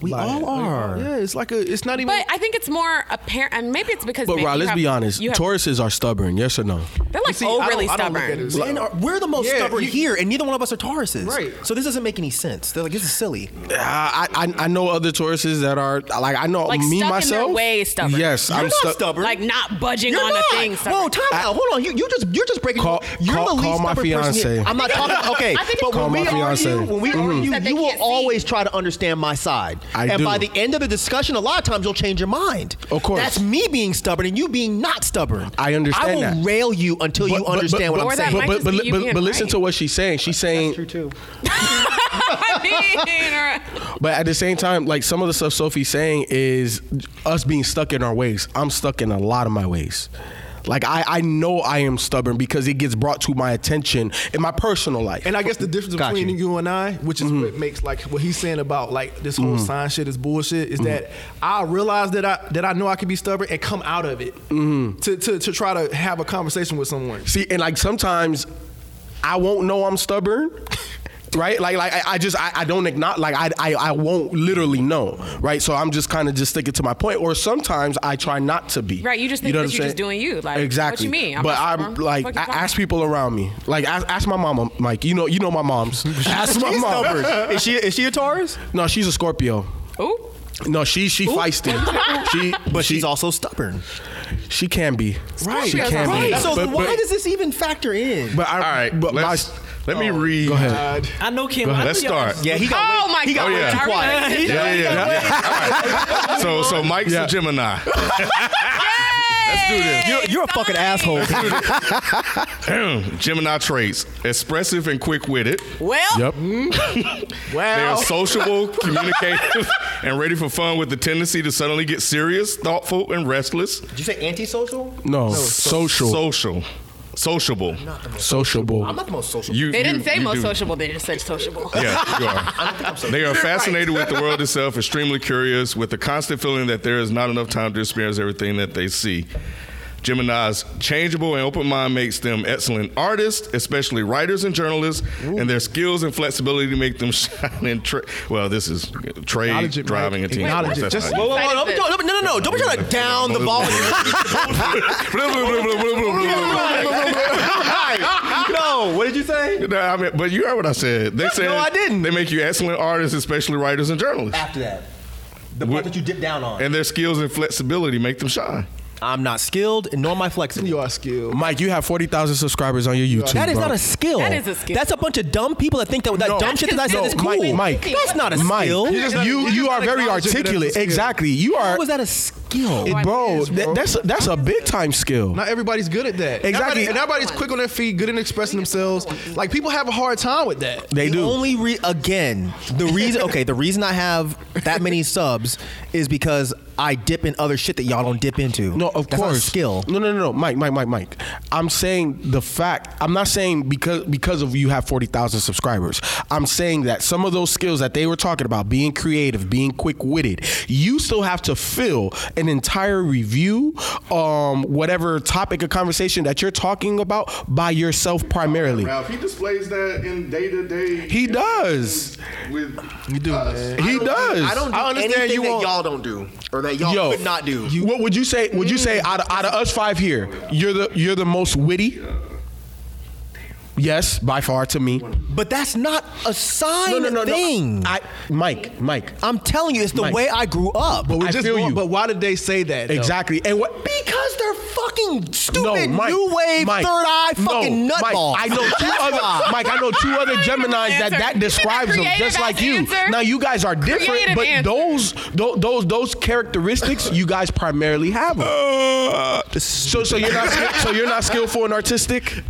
Speaker 5: we all are.
Speaker 7: yeah, it's like a. It's not even.
Speaker 3: But I think it's more apparent, and maybe it's because.
Speaker 1: But
Speaker 3: maybe
Speaker 1: Rod,
Speaker 3: you
Speaker 1: let's
Speaker 3: have-
Speaker 1: be honest.
Speaker 3: you have-
Speaker 1: Tauruses are stubborn. Yes or no?
Speaker 3: they're like
Speaker 7: See, I don't-
Speaker 3: overly
Speaker 7: I don't look at it
Speaker 3: stubborn.
Speaker 7: as-
Speaker 5: And are- we're the most
Speaker 7: Yeah,
Speaker 5: stubborn
Speaker 7: you-
Speaker 5: here, and neither one of us are Tauruses.
Speaker 7: Right.
Speaker 5: So this doesn't make any sense. They're like, this is silly.
Speaker 1: I, I I know other Tauruses that are like I know
Speaker 3: Like
Speaker 1: me
Speaker 3: stuck in their
Speaker 1: myself.
Speaker 3: way stubborn.
Speaker 1: Yes,
Speaker 5: You're
Speaker 1: I'm
Speaker 5: not
Speaker 1: stu-
Speaker 5: stubborn.
Speaker 3: Like not budging
Speaker 5: You're
Speaker 3: on
Speaker 5: not.
Speaker 3: a thing.
Speaker 5: Whoa,
Speaker 3: stubborn.
Speaker 5: time out. Hold on. You, you just you're just breaking.
Speaker 1: Call-
Speaker 5: you're
Speaker 1: call-
Speaker 5: the least
Speaker 1: call my
Speaker 5: stubborn person here.
Speaker 1: fiancé.
Speaker 5: I'm not talking. Okay,
Speaker 3: I think
Speaker 5: but
Speaker 3: it's-
Speaker 5: when
Speaker 1: Call my
Speaker 5: we argue,
Speaker 1: fiancé.
Speaker 5: when we
Speaker 3: Mhm.
Speaker 5: argue,
Speaker 3: That they
Speaker 5: you will
Speaker 3: can't see.
Speaker 5: always try to understand my side.
Speaker 1: I
Speaker 5: and
Speaker 1: do.
Speaker 5: by the end of the discussion, a lot of times you'll change your mind.
Speaker 1: Of course.
Speaker 5: That's me being stubborn and you being not stubborn.
Speaker 1: I understand
Speaker 5: I will
Speaker 1: that.
Speaker 5: rail you until you understand
Speaker 3: Or
Speaker 5: what
Speaker 3: that
Speaker 5: I'm saying.
Speaker 3: might
Speaker 1: But
Speaker 3: just
Speaker 1: but,
Speaker 3: be
Speaker 1: but,
Speaker 3: you being
Speaker 1: but listen
Speaker 3: right.
Speaker 1: to what she's saying. She's saying
Speaker 3: I mean, or-
Speaker 1: But at the same time, like some of the stuff Sophie's saying is us being stuck in our ways. I'm stuck in a lot of my ways. Like I, I know I am stubborn because it gets brought to my attention in my personal life.
Speaker 7: And I guess the difference
Speaker 1: Got
Speaker 7: between you.
Speaker 1: you.
Speaker 7: and I, which is what makes like what he's saying about like this whole sign shit is bullshit, is that I realize that I that I know I can be stubborn and come out of it to, to to try to have a conversation with someone.
Speaker 1: See, and like sometimes I won't know I'm stubborn. Right, like, like I, I just I, I don't acknowledge, like I, I I won't literally know, right? So I'm just kind of just sticking to my point. Or sometimes I try not to be.
Speaker 3: Right, you just think
Speaker 1: know
Speaker 3: that
Speaker 1: what I'm
Speaker 3: you're just
Speaker 1: saying?
Speaker 3: doing you, like, what you
Speaker 1: exactly.
Speaker 3: mean? I'm
Speaker 1: but
Speaker 3: not
Speaker 1: I'm
Speaker 3: stubborn.
Speaker 1: like, I
Speaker 3: Fuck you talking
Speaker 1: ask people around me. Like, ask, ask my mama, Mike. You know, you know my mom's. ask my mom.
Speaker 5: Is she is she a Taurus?
Speaker 1: No, she's a Scorpio.
Speaker 3: Ooh.
Speaker 1: No, she she feisty. she
Speaker 5: But
Speaker 1: she,
Speaker 5: she's also stubborn.
Speaker 1: she can be.
Speaker 3: Right.
Speaker 1: She can
Speaker 3: Right.
Speaker 1: be.
Speaker 5: So
Speaker 1: But-
Speaker 5: why
Speaker 1: but-
Speaker 5: does this even factor in?
Speaker 1: But I,
Speaker 8: All right,
Speaker 1: But my,
Speaker 8: let's, let me read. Go ahead.
Speaker 4: I know Kim.
Speaker 8: Go
Speaker 4: I
Speaker 8: ahead.
Speaker 4: know
Speaker 8: Let's
Speaker 4: y'all-
Speaker 8: start.
Speaker 5: yeah, he got
Speaker 3: Oh
Speaker 5: way,
Speaker 3: my
Speaker 5: he got
Speaker 3: God.
Speaker 5: way
Speaker 8: yeah.
Speaker 5: too quiet.
Speaker 3: Alright.
Speaker 8: Yeah, yeah, yeah. All right. So, so Mike's
Speaker 1: Yeah.
Speaker 8: a Gemini.
Speaker 3: Let's
Speaker 8: do this.
Speaker 5: You're, you're a fucking asshole.
Speaker 8: Gemini traits: expressive and quick-witted.
Speaker 3: Well,
Speaker 1: Yep.
Speaker 5: Oh.
Speaker 8: They are sociable, communicative, and ready for fun with the tendency to suddenly get serious, thoughtful, and restless.
Speaker 5: Did you say antisocial?
Speaker 1: No. social.
Speaker 8: Social. Sociable.
Speaker 1: sociable.
Speaker 5: I'm not the most social.
Speaker 8: You,
Speaker 3: they didn't
Speaker 8: you-
Speaker 3: say
Speaker 8: you
Speaker 3: most
Speaker 8: do-
Speaker 3: sociable. They just said sociable.
Speaker 8: Yeah, you are. They are fascinated with the world itself, extremely curious, with the constant feeling that there is not enough time to experience everything that they see. Gemini's changeable and open mind makes them excellent artists, especially writers and journalists, and their skills and flexibility make them shine in tra- well, this is trade,
Speaker 7: Acknowledge it, Mike.
Speaker 8: driving, and team
Speaker 7: Acknowledge
Speaker 8: sports.
Speaker 7: it.
Speaker 8: That's
Speaker 7: Just-
Speaker 8: not-
Speaker 5: Whoa, whoa, whoa, don't be- don't be- No, no, no. Don't be trying to down the volume. no. What did you say?
Speaker 8: No, I mean, but you heard what I said. They said
Speaker 5: I didn't.
Speaker 8: They make you excellent artists, especially writers and journalists,
Speaker 5: After that. The
Speaker 8: What-
Speaker 5: dip down on.
Speaker 8: and their skills and flexibility make them shine.
Speaker 5: I'm not skilled, and nor am I flexible.
Speaker 7: You are skilled.
Speaker 1: Mike, you have forty thousand subscribers on your YouTube.
Speaker 5: That is
Speaker 1: bro.
Speaker 5: not a skill.
Speaker 3: That is a skill.
Speaker 5: That's a bunch of dumb people that think that that
Speaker 1: No.
Speaker 5: dumb shit that I said
Speaker 1: No,
Speaker 5: is cool.
Speaker 1: Mike, Mike.
Speaker 5: That's not a
Speaker 1: Mike,
Speaker 5: skill.
Speaker 1: you, you are very
Speaker 7: acknowledge it, but that's a
Speaker 1: articulate.
Speaker 7: skill.
Speaker 1: Exactly. You are.
Speaker 5: How is that a skill? skill.
Speaker 1: It- bro, that, that's a, that's a big time skill.
Speaker 7: Not everybody's good at that.
Speaker 1: Exactly.
Speaker 7: Everybody- and everybody's quick on their feet, good in expressing themselves. Like people have a hard time with that.
Speaker 1: They
Speaker 5: the
Speaker 1: do.
Speaker 5: only re- again the reason okay the reason I have that many subs is because I dip in other shit that y'all don't dip into.
Speaker 1: No, of
Speaker 5: That's not
Speaker 1: course.
Speaker 5: skill.
Speaker 1: No, no, no, no, Mike, Mike, Mike, Mike. I'm saying the fact. I'm not saying because because of you have forty thousand subscribers. I'm saying that some of those skills that they were talking about, being creative, being quick witted, you still have to fill an entire review, um, whatever topic of conversation that you're talking about by yourself primarily.
Speaker 8: Ralph, he displays that in day to day.
Speaker 1: He does.
Speaker 8: With
Speaker 1: You do,
Speaker 8: us.
Speaker 1: man. He does.
Speaker 8: I don't.
Speaker 1: I understand you want-
Speaker 5: don't do or that y'all
Speaker 1: Yo, you- what would you say? Would you say out of, out of us five here, you're the you're the most witty? Yes, by far to me.
Speaker 5: but that's not a sign
Speaker 1: No, no, no,
Speaker 5: thing.
Speaker 1: no. I, Mike, Mike.
Speaker 5: I'm telling you, it's the
Speaker 1: Mike.
Speaker 5: way I grew up.
Speaker 1: But we
Speaker 7: I
Speaker 1: just
Speaker 7: feel
Speaker 1: want-
Speaker 7: you. But why did they say that? though?
Speaker 1: Exactly. And what?
Speaker 5: because they're fucking
Speaker 1: No,
Speaker 5: stupid
Speaker 1: Mike,
Speaker 5: new wave
Speaker 1: Mike,
Speaker 5: third eye
Speaker 1: no,
Speaker 5: fucking
Speaker 1: Mike,
Speaker 5: nutballs.
Speaker 1: I know two
Speaker 5: That's
Speaker 1: other
Speaker 5: why.
Speaker 1: Mike. I know two other Gemini's that
Speaker 3: Answer.
Speaker 1: that describes them just
Speaker 3: Creative
Speaker 1: like you.
Speaker 3: answer.
Speaker 1: Now you guys are different,
Speaker 3: Creative
Speaker 1: but
Speaker 3: answer.
Speaker 1: those tho- those those characteristics you guys primarily have. Them.
Speaker 3: Uh,
Speaker 1: so so you're not skill- so you're not skillful and artistic.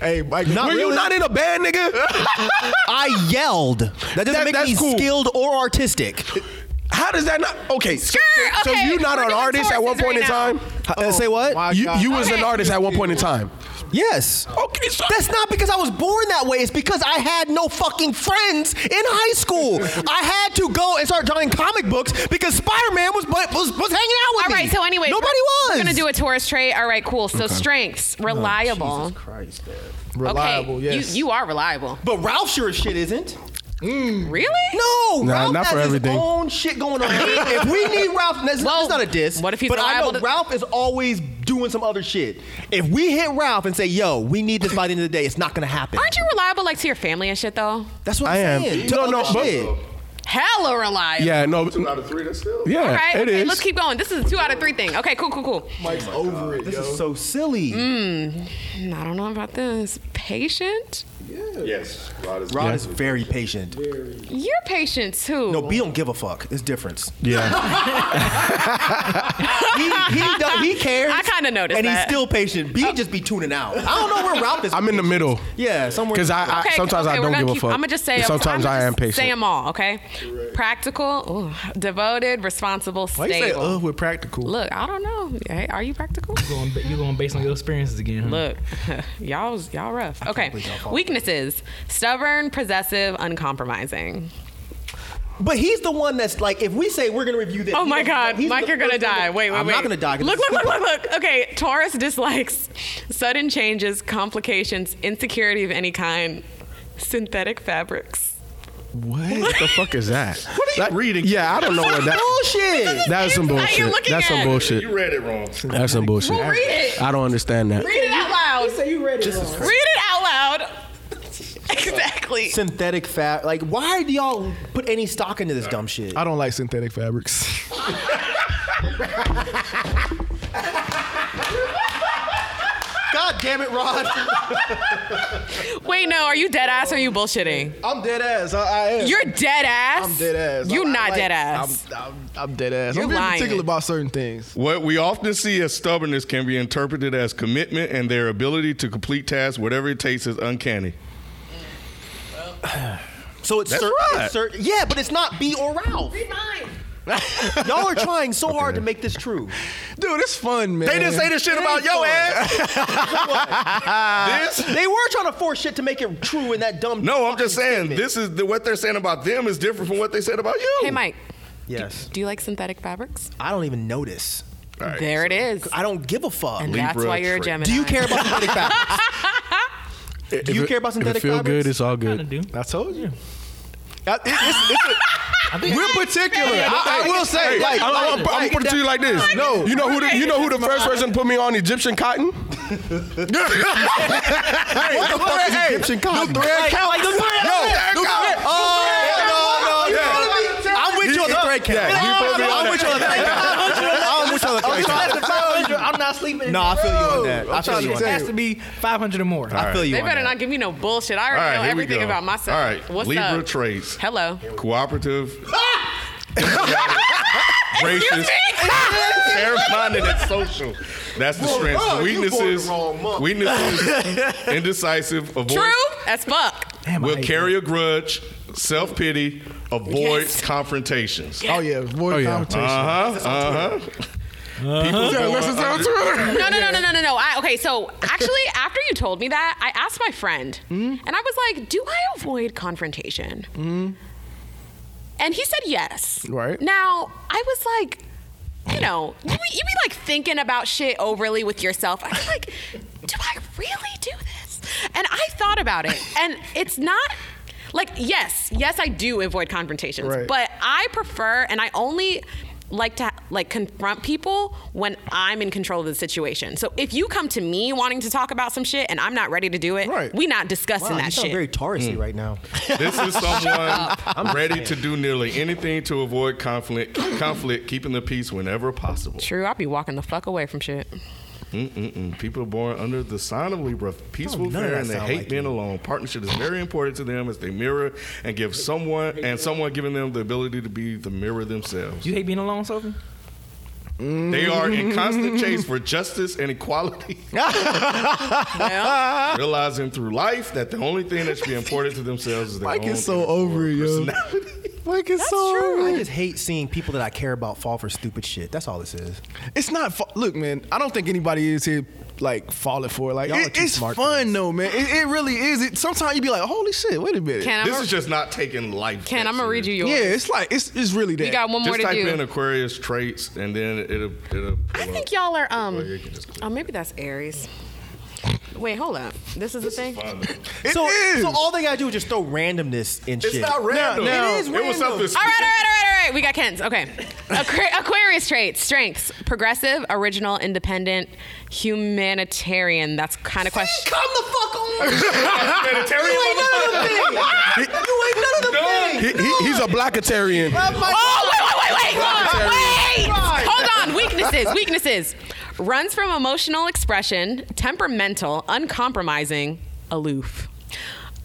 Speaker 7: Hey, Mike.
Speaker 1: Were you
Speaker 5: Uh, really.
Speaker 1: not in a band, nigga?
Speaker 5: I yelled. That doesn't
Speaker 1: That-
Speaker 5: make
Speaker 1: that's
Speaker 5: me
Speaker 1: cool.
Speaker 5: skilled or artistic.
Speaker 1: How does that not? Okay, so-
Speaker 3: Sure,
Speaker 1: so
Speaker 3: okay,
Speaker 1: you're not
Speaker 3: we're
Speaker 1: an
Speaker 3: doing
Speaker 1: artist at one
Speaker 3: sources
Speaker 1: point in
Speaker 3: right
Speaker 1: time.
Speaker 3: now.
Speaker 5: Uh,
Speaker 1: oh
Speaker 5: say what?
Speaker 1: You, you was an
Speaker 3: Okay.
Speaker 1: artist at one point in time.
Speaker 5: Yes.
Speaker 1: Okay, so
Speaker 5: That's not because I was born that way. It's because I had no fucking friends in high school. I had to go and start drawing comic books because Spider Man was, was was hanging out with
Speaker 3: All
Speaker 5: me.
Speaker 3: right. So anyway,
Speaker 5: nobody
Speaker 3: we're,
Speaker 5: was.
Speaker 3: We're gonna do a tourist trade. All right. Cool. So strengths, reliable.
Speaker 7: Reliable.
Speaker 3: okay.
Speaker 7: yes.
Speaker 3: You you are reliable.
Speaker 5: But Ralph sure as shit isn't.
Speaker 3: Really?
Speaker 5: No,
Speaker 1: Nah,
Speaker 5: Ralph
Speaker 1: not
Speaker 5: has
Speaker 1: for everything.
Speaker 5: his own shit going on. if we need Ralph, that's,
Speaker 3: Well,
Speaker 5: that's not a diss.
Speaker 3: what if he's
Speaker 5: But I know
Speaker 3: liable to-
Speaker 5: Ralph is always doing some other shit. If we hit Ralph and say, "Yo, we need this by the end of the day," it's not gonna happen.
Speaker 3: Aren't you reliable like to your family and shit though?
Speaker 5: That's what I'm
Speaker 1: I am.
Speaker 5: saying.
Speaker 1: No,
Speaker 5: To
Speaker 1: no,
Speaker 5: other
Speaker 1: but-
Speaker 5: shit.
Speaker 3: Hella reliable.
Speaker 1: yeah, no,
Speaker 8: Out of three, that's still.
Speaker 1: yeah,
Speaker 3: All right.
Speaker 1: it
Speaker 3: okay,
Speaker 1: is.
Speaker 3: Let's keep going. This is a two out of three thing. Okay. Cool. Cool. Cool.
Speaker 7: Mike's over it.
Speaker 5: this
Speaker 7: yo.
Speaker 5: is so silly.
Speaker 3: Mm, I don't know about this. Patient.
Speaker 8: Yes. Rod is.
Speaker 5: Rod is very patient.
Speaker 3: You're patient too.
Speaker 5: No, B don't give a fuck. It's difference.
Speaker 1: Yeah,
Speaker 5: he, he, do- he cares.
Speaker 3: I kinda noticed
Speaker 5: And he's
Speaker 3: that. Oh.
Speaker 5: still patient. B just be tuning out. I don't know where Ralph is.
Speaker 1: I'm in the middle.
Speaker 5: Yeah, somewhere.
Speaker 1: Because I, I
Speaker 3: Okay,
Speaker 1: sometimes I
Speaker 3: okay,
Speaker 1: don't
Speaker 3: we're gonna
Speaker 1: give a
Speaker 3: keep-
Speaker 1: fuck.
Speaker 3: I'm gonna just say.
Speaker 1: But Sometimes
Speaker 3: I'ma
Speaker 1: I am
Speaker 3: just Say
Speaker 1: patient.
Speaker 3: them all, okay? Practical, ooh, devoted, responsible,
Speaker 7: Why you say
Speaker 3: stable.
Speaker 7: uh with practical?
Speaker 3: Look, I don't know. Hey, are you practical?
Speaker 4: Going, you're going based on your experiences again. Huh?
Speaker 3: Look, y'all was y'all rough. Okay, weaknesses: stubborn, possessive, uncompromising.
Speaker 5: but he's the one that's like, if we say we're gonna review this.
Speaker 3: Oh my
Speaker 5: he's the-
Speaker 3: God,
Speaker 5: he's
Speaker 3: Mike,
Speaker 5: the
Speaker 3: you're gonna
Speaker 5: first one
Speaker 3: die.
Speaker 5: that-
Speaker 3: Wait, wait,
Speaker 5: I'm
Speaker 3: wait.
Speaker 5: not gonna die. 'cause
Speaker 3: Look,
Speaker 5: it's
Speaker 3: look, look,
Speaker 5: stupid.
Speaker 3: look, look. Okay, Taurus dislikes sudden changes, complications, insecurity of any kind, synthetic fabrics.
Speaker 1: What? the fuck is that?
Speaker 5: What are you-
Speaker 1: That- Yeah, I don't know what that.
Speaker 5: Bullshit.
Speaker 1: That's some
Speaker 3: That
Speaker 1: bullshit.
Speaker 3: you're looking
Speaker 1: That's some
Speaker 3: at.
Speaker 1: bullshit.
Speaker 8: You read it wrong.
Speaker 1: That's some bullshit.
Speaker 3: Well, read it.
Speaker 1: I don't understand that.
Speaker 3: Read it out loud. So you read it. Read it out loud. exactly.
Speaker 5: Synthetic fat. Like, why do y'all put any stock into this dumb shit?
Speaker 7: I don't like synthetic fabrics.
Speaker 5: God damn it, Rod.
Speaker 3: Wait, no, are you dead ass or are you bullshitting?
Speaker 7: I'm dead ass. I, I am.
Speaker 3: You're dead ass.
Speaker 7: I'm dead ass.
Speaker 3: You're
Speaker 7: I- I
Speaker 3: not
Speaker 7: like-
Speaker 3: dead ass.
Speaker 7: I'm, I'm, I'm dead ass.
Speaker 3: You're
Speaker 7: I'm being
Speaker 3: lying.
Speaker 7: particular about certain things.
Speaker 8: What we often see as stubbornness can be interpreted as commitment, and their ability to complete tasks, whatever it takes, is uncanny.
Speaker 5: So it's
Speaker 8: That's
Speaker 5: cer-
Speaker 8: right.
Speaker 5: it's cer- yeah, but it's not B or Ralph. Y'all are trying so hard to make this true.
Speaker 7: Dude, it's fun, man.
Speaker 8: They didn't say this shit about your ass. this?
Speaker 5: They were trying to force shit to make it true in that dumb.
Speaker 8: No, I'm just
Speaker 5: fucking
Speaker 8: saying.
Speaker 5: statement.
Speaker 8: This is the, what they're saying about them is different from what they said about you.
Speaker 3: Hey, Mike,
Speaker 5: Yes.
Speaker 3: do you like synthetic fabrics?
Speaker 5: I don't even notice.
Speaker 3: there it is.
Speaker 5: I don't give a fuck.
Speaker 3: and that's
Speaker 8: Libra
Speaker 3: why you're a
Speaker 8: trait.
Speaker 3: Gemini.
Speaker 5: Do you care about synthetic fabrics? Do you care about synthetic
Speaker 1: If it feel
Speaker 5: fabrics?
Speaker 1: good, it's all
Speaker 4: Kinda
Speaker 1: good.
Speaker 4: do.
Speaker 7: I told you. I- it- it's- it's a- we're particular. I, I will say, like,
Speaker 1: I'm,
Speaker 7: like,
Speaker 1: I'm, I'm gonna put it to you like this. No, you know who the, you know who the first person put me on Egyptian cotton?
Speaker 5: What the fuck is Egyptian cotton? Like- like the thread count.
Speaker 8: no,
Speaker 5: Oh,
Speaker 8: no, no, no.
Speaker 5: no, no. I'm with you on the thread count.
Speaker 8: Yeah, he put me on
Speaker 5: I'm
Speaker 8: that.
Speaker 5: with you on the thread count. I'm with you on the thread count. I'm not sleeping. No, I feel you on that. I feel you on
Speaker 4: It has
Speaker 5: that.
Speaker 4: to be 500 or more.
Speaker 5: I feel you
Speaker 3: They
Speaker 5: on
Speaker 3: better
Speaker 5: that.
Speaker 3: not give me no bullshit. I
Speaker 8: All
Speaker 3: already
Speaker 8: right,
Speaker 3: know
Speaker 8: here we
Speaker 3: everything
Speaker 8: go.
Speaker 3: about myself.
Speaker 8: All right,
Speaker 3: What's
Speaker 8: Libra
Speaker 3: up?
Speaker 8: traits:
Speaker 3: Hello.
Speaker 8: cooperative, gracious, fair-minded and social. That's the
Speaker 10: Bro,
Speaker 8: strengths.
Speaker 10: bro,
Speaker 8: The
Speaker 10: you
Speaker 8: weaknesses,
Speaker 10: voted wrong month.
Speaker 8: weaknesses, indecisive, avoid,
Speaker 3: True as fuck.
Speaker 8: will carry a grudge, self-pity, avoid
Speaker 3: Yes.
Speaker 8: confrontations.
Speaker 7: Oh yeah, avoid confrontation.
Speaker 8: Uh huh. Uh huh. People
Speaker 10: Yeah,
Speaker 8: don't
Speaker 10: listen to
Speaker 8: under-
Speaker 10: Twitter.
Speaker 3: No, no, no, no, no, no, no. I, okay, so actually, after you told me that, I asked my friend,
Speaker 8: Hmm?
Speaker 3: and I was like, "Do I avoid confrontation?" And he said yes.
Speaker 7: Right.
Speaker 3: Now I was like, you know, you be, you be like thinking about shit overly with yourself. I was like, "Do I really do this?" And I thought about it, and it's not. Like yes, yes, I do avoid confrontations,
Speaker 7: Right.
Speaker 3: but I prefer, and I only like to like confront people when I'm in control of the situation. So if you come to me wanting to talk about some shit and I'm not ready to do it,
Speaker 7: Right.
Speaker 3: we not discussing
Speaker 11: Wow, you
Speaker 3: that
Speaker 11: sound
Speaker 3: shit. Mm.
Speaker 11: very Taurusy right now.
Speaker 8: This is someone ready to do nearly anything to avoid conflict, conflict, keeping the peace whenever possible.
Speaker 3: True, I'll be walking the fuck away from shit.
Speaker 8: Mm-mm-mm. People born under the sign of Libra, peaceful,
Speaker 11: none of
Speaker 8: fair,
Speaker 11: that
Speaker 8: and they
Speaker 11: sound
Speaker 8: hate
Speaker 11: like
Speaker 8: being alone. Partnership is very important to them as they mirror and give someone and someone giving them the ability to be the mirror themselves.
Speaker 4: You hate being alone, Sophie?
Speaker 8: They are in constant chase for justice and equality. Realizing through life that the only thing that should be important to themselves is their
Speaker 7: Mike
Speaker 8: own
Speaker 7: is so
Speaker 8: inner
Speaker 7: over it, yo.
Speaker 8: personality.
Speaker 7: Like it's so
Speaker 11: I just hate seeing people that I care about fall for stupid shit. That's all this is.
Speaker 7: It's not. Fa- look, man. I don't think anybody is here like falling for it. Like
Speaker 11: Y'all are
Speaker 7: it-
Speaker 11: too
Speaker 7: it's
Speaker 11: smart for
Speaker 7: fun
Speaker 11: this.
Speaker 7: though, man. It, it really is. It sometimes you be like, holy shit, wait a minute.
Speaker 3: Can
Speaker 8: This
Speaker 3: I?
Speaker 8: is just not taking life.
Speaker 3: Can
Speaker 8: that
Speaker 3: I'm gonna read you
Speaker 8: serious.
Speaker 3: yours?
Speaker 7: yeah, it's like it's it's really that.
Speaker 3: You got one more
Speaker 8: Just
Speaker 3: to
Speaker 8: type
Speaker 3: do.
Speaker 8: in Aquarius traits, and then it'll it'll.
Speaker 3: I
Speaker 8: pull
Speaker 3: think
Speaker 8: up.
Speaker 3: y'all are um.
Speaker 8: Well, you can just click.
Speaker 3: Oh, maybe that's Aries. Wait, hold up. This is the thing.
Speaker 7: It
Speaker 11: so,
Speaker 7: is.
Speaker 11: so all they gotta do is just throw randomness in
Speaker 10: It's
Speaker 11: shit.
Speaker 10: not random.
Speaker 11: now- It is
Speaker 8: It was
Speaker 11: random.
Speaker 8: something.
Speaker 3: All right, all right, all right, all right. We got Ken's. Okay. Aqu- Aquarius traits, strengths, progressive, original, independent, humanitarian. That's kind of question.
Speaker 11: Come the fuck on!
Speaker 8: Humanitarian
Speaker 11: you ain't none of the thing. You ain't none of the thing.
Speaker 1: He, he, he's a blackitarian.
Speaker 3: Oh, wait, wait, wait, wait. Wait. Hold on. Weaknesses, weaknesses. Runs from emotional expression, temperamental, uncompromising, aloof.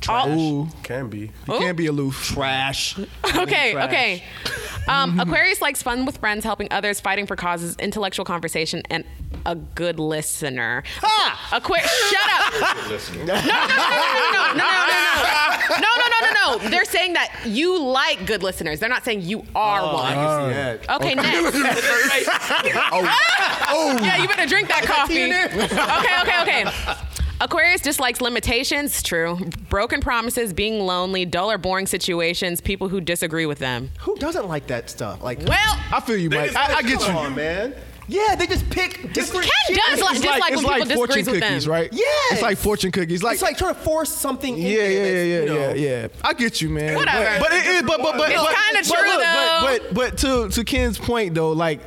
Speaker 3: All,
Speaker 1: Can be.
Speaker 7: You can't be aloof.
Speaker 11: Trash.
Speaker 3: okay,
Speaker 11: Trash.
Speaker 3: okay. Um, Aquarius likes fun with friends, helping others, fighting for causes, intellectual conversation, and a good listener. Ah! Aquarius, shut up.
Speaker 8: listener.
Speaker 3: No, no, no, no, no, no, no, no, no, no, no, no, no, no. They're saying that you like good listeners. They're not saying you are one.
Speaker 11: Yeah.
Speaker 3: Okay, Oh. next. Yeah, you better drink that coffee. okay, okay, okay. Aquarius dislikes limitations. True. Broken promises, being lonely, dull or boring situations, people who disagree with them.
Speaker 11: Who doesn't like that stuff? Like,
Speaker 3: Well,
Speaker 7: I feel you, Mike. I, I get you.
Speaker 11: come on, man. Yeah, they just pick different.
Speaker 3: Ken
Speaker 11: shit.
Speaker 3: does like, dislike
Speaker 7: it's
Speaker 3: when
Speaker 7: like
Speaker 3: people
Speaker 7: fortune
Speaker 3: disagrees with
Speaker 7: cookies,
Speaker 3: them.
Speaker 7: right?
Speaker 11: Yes.
Speaker 7: It's like fortune cookies. Like,
Speaker 11: It's like trying to force something. in
Speaker 7: yeah, yeah,
Speaker 11: there that's,
Speaker 7: yeah,
Speaker 11: you know,
Speaker 7: yeah, yeah. I get you, man.
Speaker 3: Whatever.
Speaker 7: But it is. But but but
Speaker 3: It's
Speaker 7: but-
Speaker 3: kinda
Speaker 7: but
Speaker 3: true,
Speaker 7: look,
Speaker 3: though.
Speaker 7: But, but but to to Ken's point though, like.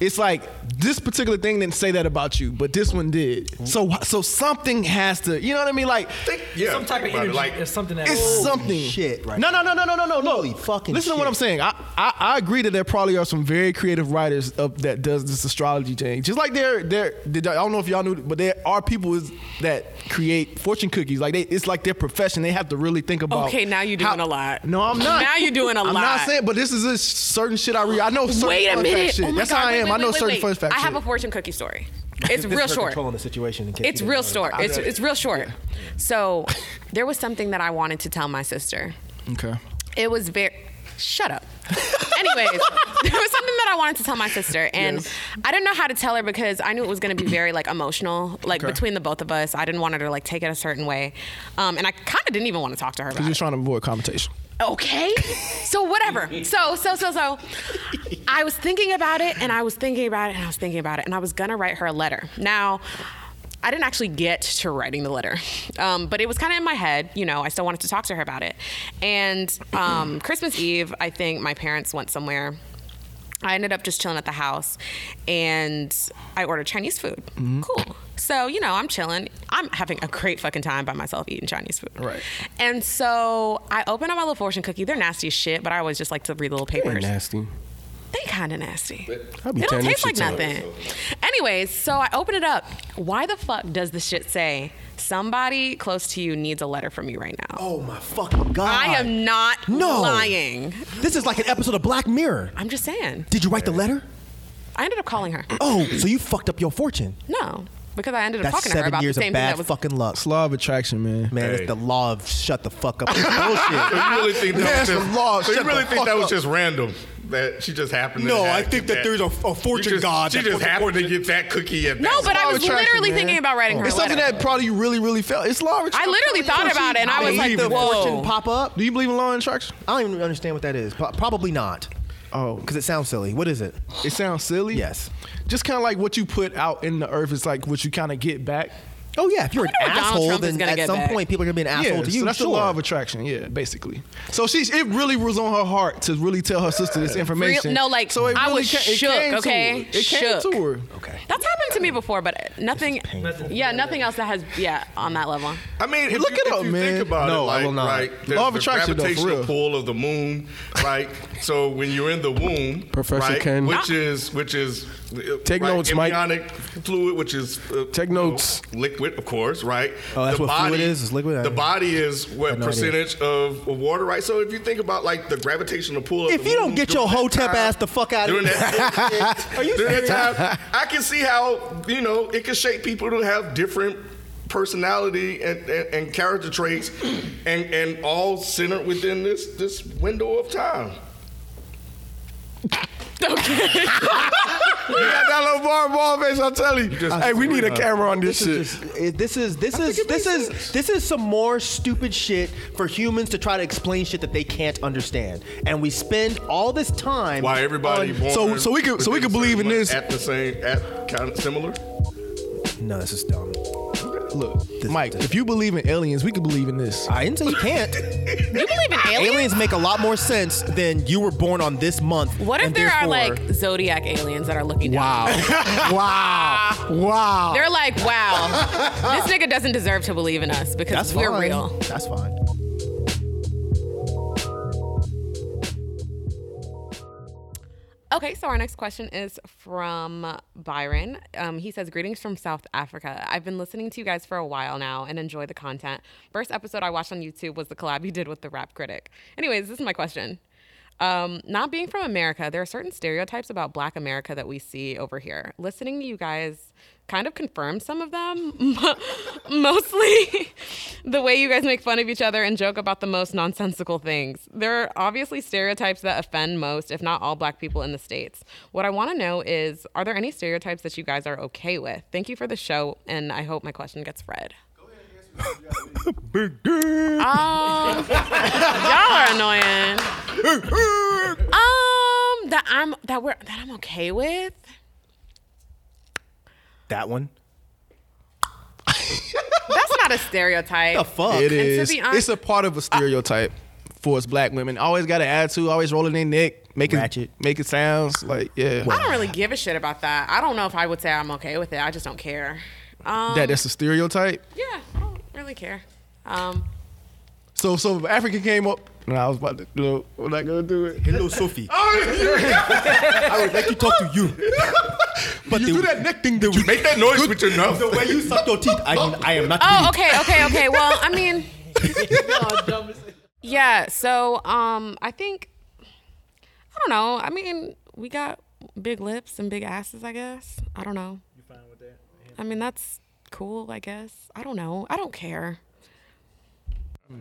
Speaker 7: It's like this particular thing didn't say that about you, but this one did. So so something has to, you know what I mean? Like
Speaker 8: Yeah,
Speaker 4: Some type of
Speaker 8: but
Speaker 4: energy.
Speaker 8: Like,
Speaker 4: There's something that.
Speaker 7: It's something.
Speaker 11: shit, right
Speaker 7: No, no, no, no, no, no, no. Look,
Speaker 11: Holy fucking
Speaker 7: Listen to what
Speaker 11: shit.
Speaker 7: I'm saying. I, I, I agree that there probably are some very creative writers up that does this astrology thing. Just like there, there. did- I don't know if y'all knew, but there are people is, that create fortune cookies. Like they, it's like their profession. They have to really think about.
Speaker 3: Okay, now you're
Speaker 7: how-
Speaker 3: doing a lot.
Speaker 7: No, I'm not.
Speaker 3: Now you're doing a
Speaker 7: I'm
Speaker 3: lot.
Speaker 7: not saying, but this is a certain shit I read. I know certain
Speaker 3: Wait a
Speaker 7: fun fact
Speaker 3: minute.
Speaker 7: shit.
Speaker 3: Oh my
Speaker 7: That's
Speaker 3: God,
Speaker 7: how I
Speaker 3: wait,
Speaker 7: am. I
Speaker 3: wait,
Speaker 7: know
Speaker 3: wait,
Speaker 7: certain
Speaker 3: wait.
Speaker 7: fun fact
Speaker 3: I have a
Speaker 7: shit.
Speaker 3: fortune cookie story. It's
Speaker 11: This
Speaker 3: real
Speaker 11: is her
Speaker 3: short.
Speaker 11: Controlling the situation. in case
Speaker 3: It's
Speaker 11: you didn't
Speaker 3: real
Speaker 11: know.
Speaker 3: short. It's, it's real short. So there was something that I wanted to tell my sister.
Speaker 7: okay.
Speaker 3: It was very. Shut up. Anyways, there was something that I wanted to tell my sister, and I didn't know how to tell her because I knew it was going to be very like emotional, like between the both of us. I didn't want her to like take it a certain way, um, and I kind of didn't even want to talk to her about
Speaker 7: You're
Speaker 3: it.
Speaker 7: just trying to avoid confrontation.
Speaker 3: Okay. So whatever. So so so so I was thinking about it and I was thinking about it and I was thinking about it and I was gonna write her a letter. Now I didn't actually get to writing the letter, um, but it was kind of in my head. You know, I still wanted to talk to her about it. And um, Christmas Eve, I think my parents went somewhere. I ended up just chilling at the house and I ordered Chinese food. Cool. So, you know, I'm chilling. I'm having a great fucking time by myself eating Chinese food. Right. And so I open up my little fortune cookie. They're nasty as shit, but I always just like to read the little papers.
Speaker 1: Nasty.
Speaker 3: They kind of nasty.
Speaker 1: I be
Speaker 3: It don't
Speaker 1: tearing them
Speaker 3: taste like
Speaker 1: shits up.
Speaker 3: nothing. Anyways, so I open it up. Why the fuck does this shit say somebody close to you needs a letter from you right now?
Speaker 11: Oh my fucking god!
Speaker 3: I am not
Speaker 11: No.
Speaker 3: lying.
Speaker 11: This is like an episode of Black Mirror.
Speaker 3: I'm just saying.
Speaker 11: Did you write the letter?
Speaker 3: I ended up calling her.
Speaker 5: Oh, so you fucked up your fortune.
Speaker 3: No, because I ended up
Speaker 5: That's
Speaker 3: talking to her
Speaker 5: seven
Speaker 3: about the
Speaker 5: years
Speaker 3: same
Speaker 5: of
Speaker 3: thing
Speaker 5: bad
Speaker 3: that was.
Speaker 5: fucking luck.
Speaker 7: It's law of attraction, man.
Speaker 5: Man,
Speaker 8: Hey.
Speaker 5: it's the law of shut the fuck up. It's
Speaker 8: So you
Speaker 5: bullshit.
Speaker 8: really think
Speaker 5: Man,
Speaker 8: that was
Speaker 5: it's
Speaker 8: just,
Speaker 5: the law.
Speaker 8: so you
Speaker 5: Shut
Speaker 8: really
Speaker 5: the
Speaker 8: think
Speaker 5: fuck
Speaker 8: that was
Speaker 5: up.
Speaker 8: just random? That she just happened to
Speaker 5: No, I
Speaker 8: have
Speaker 5: think that there's a- a
Speaker 8: You
Speaker 5: fortune
Speaker 8: just-
Speaker 5: god
Speaker 8: She
Speaker 5: that
Speaker 8: just
Speaker 5: puts a
Speaker 8: happened to get that cookie at
Speaker 3: No,
Speaker 8: that
Speaker 3: but I
Speaker 7: law
Speaker 3: was
Speaker 7: of attraction,
Speaker 3: literally
Speaker 7: man.
Speaker 3: thinking about writing her.
Speaker 7: It's
Speaker 3: a letter.
Speaker 7: something that probably you really, really felt. It's law of attraction.
Speaker 3: I literally thought about it, and I was
Speaker 5: like
Speaker 3: like,
Speaker 5: the fortune
Speaker 3: "Whoa."
Speaker 5: pop up.
Speaker 7: Do you believe in law of attraction?
Speaker 5: I don't even understand what that is. Pro- Probably not,
Speaker 7: Oh,
Speaker 5: because it sounds silly. What is it?
Speaker 7: it sounds silly.
Speaker 5: Yes.
Speaker 7: Just kind of like what you put out in the earth is like what you kind of get back.
Speaker 5: Oh yeah, if you're an
Speaker 3: wonder what Donald
Speaker 5: asshole,
Speaker 3: Trump is
Speaker 5: then
Speaker 3: gonna
Speaker 5: at
Speaker 3: get
Speaker 5: some
Speaker 3: back.
Speaker 5: point people are gonna be an asshole
Speaker 7: yeah,
Speaker 5: to you.
Speaker 7: so that's
Speaker 5: sure.
Speaker 7: the law of attraction. Yeah, basically. So she's it really was on her heart to really tell her sister this information.
Speaker 3: no, like,
Speaker 7: so it
Speaker 3: I
Speaker 7: really
Speaker 3: was
Speaker 7: ca-
Speaker 3: shook,
Speaker 7: It came
Speaker 3: okay?
Speaker 7: to her. It
Speaker 3: Shook.
Speaker 7: came to her.
Speaker 5: Okay.
Speaker 3: That's happened to me before, but nothing. Yeah, nothing else that has. Yeah, on that level.
Speaker 8: I mean, if
Speaker 7: Look
Speaker 8: you,
Speaker 7: it
Speaker 8: if
Speaker 7: up,
Speaker 8: you
Speaker 7: man.
Speaker 8: Think about
Speaker 7: No,
Speaker 8: it,
Speaker 7: I
Speaker 8: like,
Speaker 7: will not.
Speaker 8: Right, there's
Speaker 7: Law of
Speaker 8: the
Speaker 7: attraction, though, for
Speaker 8: gravitational
Speaker 7: real.
Speaker 8: pull of the moon, right? so when you're in the womb,
Speaker 1: Professor
Speaker 8: right,
Speaker 1: Ken.
Speaker 8: which is which is uh,
Speaker 1: Take
Speaker 8: right,
Speaker 1: notes, Mike.
Speaker 8: embryonic fluid, which is uh,
Speaker 1: Take
Speaker 8: you know,
Speaker 1: notes.
Speaker 8: liquid, of course, right?
Speaker 5: Oh, that's what fluid is? It's liquid? I
Speaker 8: The
Speaker 5: didn't-
Speaker 8: body is what
Speaker 5: no idea.
Speaker 8: percentage of, of water, right? So if you think about like the gravitational pull, of
Speaker 5: If
Speaker 8: the
Speaker 5: you don't
Speaker 8: moon
Speaker 5: get your
Speaker 8: during that
Speaker 5: hotep
Speaker 8: time-
Speaker 5: ass the fuck outta
Speaker 8: during
Speaker 5: here.
Speaker 8: that,
Speaker 5: Are you
Speaker 8: during that
Speaker 5: serious?
Speaker 8: time, I can see how you know it can shape people to have different personality and, and, and character traits, and and all centered within this this window of time.
Speaker 1: You got that little bar ball face, I'm telling you. hey, we need a camera on this, shit.
Speaker 5: This is this is this is this is this is some more stupid shit for humans to try to explain shit that they can't understand, and we spend all this time.
Speaker 8: Why everybody
Speaker 5: on-
Speaker 8: born
Speaker 7: so- so we could- so we could
Speaker 8: within
Speaker 7: believe in
Speaker 8: certain
Speaker 7: this.
Speaker 8: months at the same at kind of similar.
Speaker 5: No, this is dumb.
Speaker 7: Look,
Speaker 5: This-
Speaker 7: Mike,
Speaker 5: this-
Speaker 7: if you believe in aliens, we can believe in this.
Speaker 5: I didn't say you can't.
Speaker 3: You believe in aliens?
Speaker 5: Aliens make a lot more sense than you were born on this month.
Speaker 3: What if
Speaker 5: and
Speaker 3: there are
Speaker 5: therefore-
Speaker 3: like zodiac aliens that are looking down? Wow.
Speaker 5: wow, wow?
Speaker 3: They're like, wow, this nigga doesn't deserve to believe in us because
Speaker 5: That's
Speaker 3: we're
Speaker 5: fine.
Speaker 3: real.
Speaker 5: That's fine.
Speaker 3: Okay, so our next question is from Byron. Um, he says, Greetings from South Africa. I've been listening to you guys for a while now and enjoy the content. First episode I watched on YouTube was the collab you did with the rap critic. Anyways, this is my question. Um, not being from America, there are certain stereotypes about Black America that we see over here. Listening to you guys kind of confirms some of them, mostly the way you guys make fun of each other and joke about the most nonsensical things. There are obviously stereotypes that offend most, if not all, Black people in the States. What I want to know is are there any stereotypes that you guys are okay with? Thank you for the show, and I hope my question gets read. Um, y'all are annoying. Um, that I'm that we're that I'm okay with.
Speaker 5: That one.
Speaker 3: That's not a stereotype.
Speaker 5: The fuck.
Speaker 3: And
Speaker 7: It
Speaker 3: to
Speaker 7: is.
Speaker 3: be honest-
Speaker 7: it's a part of a stereotype for us black women. Always got an attitude, always rolling their neck, making
Speaker 5: Ratchet.
Speaker 7: making sounds like yeah.
Speaker 3: I don't really give a shit about that. I don't know if I would say I'm okay with it. I just don't care. Um,
Speaker 7: That that's a stereotype.
Speaker 3: yeah, I don't really care. Um,
Speaker 7: So so if Africa came up. No, I was about to. No, we're not gonna do it.
Speaker 5: Hello, Sophie. I would like to talk to you. But
Speaker 7: You do that neck thing,
Speaker 5: the,
Speaker 7: dude.
Speaker 8: Make that noise with your mouth.
Speaker 5: the way you suck your teeth, I, I am not.
Speaker 3: oh, okay, okay, okay. Well, I mean, yeah. So, um, I think I don't know. I mean, we got big lips and big asses. I guess I don't know. You fine with that? I mean, that's cool. I guess I don't know. I don't care.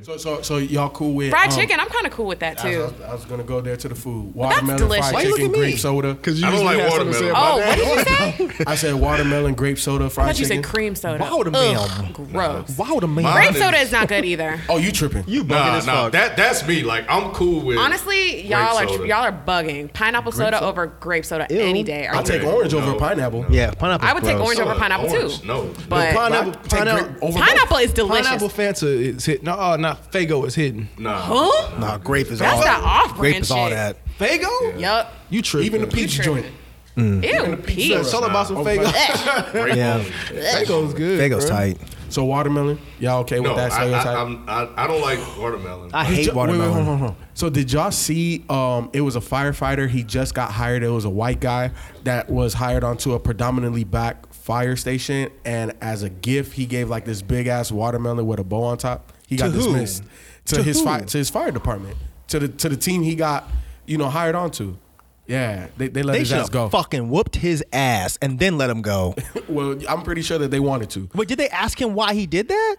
Speaker 1: So, so, so y'all cool with
Speaker 3: Fried
Speaker 1: um,
Speaker 3: chicken. I'm kind of cool with that
Speaker 1: I
Speaker 3: too.
Speaker 1: was, I was gonna go there to the food.
Speaker 3: that's
Speaker 1: Watermelon,
Speaker 3: delicious. Why
Speaker 1: fried
Speaker 3: you
Speaker 1: chicken,
Speaker 5: look at me?
Speaker 1: grape soda. Because
Speaker 8: I don't like watermelon.
Speaker 3: Oh, what did you say?
Speaker 1: I said watermelon, grape soda,
Speaker 3: I
Speaker 1: fried
Speaker 3: thought you
Speaker 1: chicken.
Speaker 3: said cream soda.
Speaker 5: Wow, the
Speaker 3: Ugh, Gross.
Speaker 5: Wow, the man.
Speaker 3: Grape soda is not good either.
Speaker 1: oh, you tripping?
Speaker 5: You bugging
Speaker 8: Nah,
Speaker 5: as
Speaker 8: nah,
Speaker 5: fuck.
Speaker 8: that that's me. Like I'm cool with.
Speaker 3: Honestly, y'all are
Speaker 8: soda.
Speaker 3: y'all are bugging. Pineapple soda, over grape soda any day. Are
Speaker 1: I
Speaker 3: you-
Speaker 1: take
Speaker 8: Okay,
Speaker 1: orange over
Speaker 8: no.
Speaker 1: pineapple.
Speaker 5: yeah, pineapple.
Speaker 3: I would take orange
Speaker 8: Soda,
Speaker 3: over pineapple
Speaker 8: orange,
Speaker 3: too.
Speaker 8: No,
Speaker 3: But
Speaker 1: Pineapple,
Speaker 7: Pineapple-
Speaker 1: take
Speaker 7: pineapple-
Speaker 1: grape over
Speaker 3: pineapple is delicious.
Speaker 7: Pineapple Fanta is hit. No, uh, not Fago is hidden.
Speaker 8: nah.
Speaker 3: Huh?
Speaker 5: Nah, grape is
Speaker 3: That's
Speaker 5: all.
Speaker 3: that off-brand
Speaker 5: grape is all
Speaker 3: shit.
Speaker 5: that.
Speaker 7: Fago?
Speaker 3: Yup.
Speaker 7: You tripping?
Speaker 1: even the peach joint.
Speaker 3: Ew.
Speaker 7: Yeah,
Speaker 3: Peach.
Speaker 7: tell her about some Fago.
Speaker 8: Grape
Speaker 5: Yeah.
Speaker 8: only.
Speaker 7: Fago's good.
Speaker 5: Fago's
Speaker 7: bruh.
Speaker 5: tight.
Speaker 1: So watermelon, y'all okay
Speaker 8: No,
Speaker 1: with that
Speaker 8: I, I,
Speaker 1: stereotype?
Speaker 8: I'm- I, I don't like watermelon.
Speaker 5: I hate
Speaker 1: Ju- wait, wait,
Speaker 5: watermelon.
Speaker 1: hold on, hold on. So did y'all see? Um, it was a firefighter. He just got hired. It was a white guy that was hired onto a predominantly black fire station, and as a gift, he gave like this big ass watermelon with a bow on top. He got
Speaker 5: To who?
Speaker 1: dismissed to,
Speaker 5: To
Speaker 1: his
Speaker 5: who?
Speaker 1: fire to his fire department to the to the team he got you know hired onto. Yeah, they, they let
Speaker 5: They
Speaker 1: his
Speaker 5: should
Speaker 1: ass
Speaker 5: have
Speaker 1: go.
Speaker 5: fucking whooped his ass and then let him go.
Speaker 1: Well, I'm pretty sure that they wanted to.
Speaker 5: but did they ask him why he did that?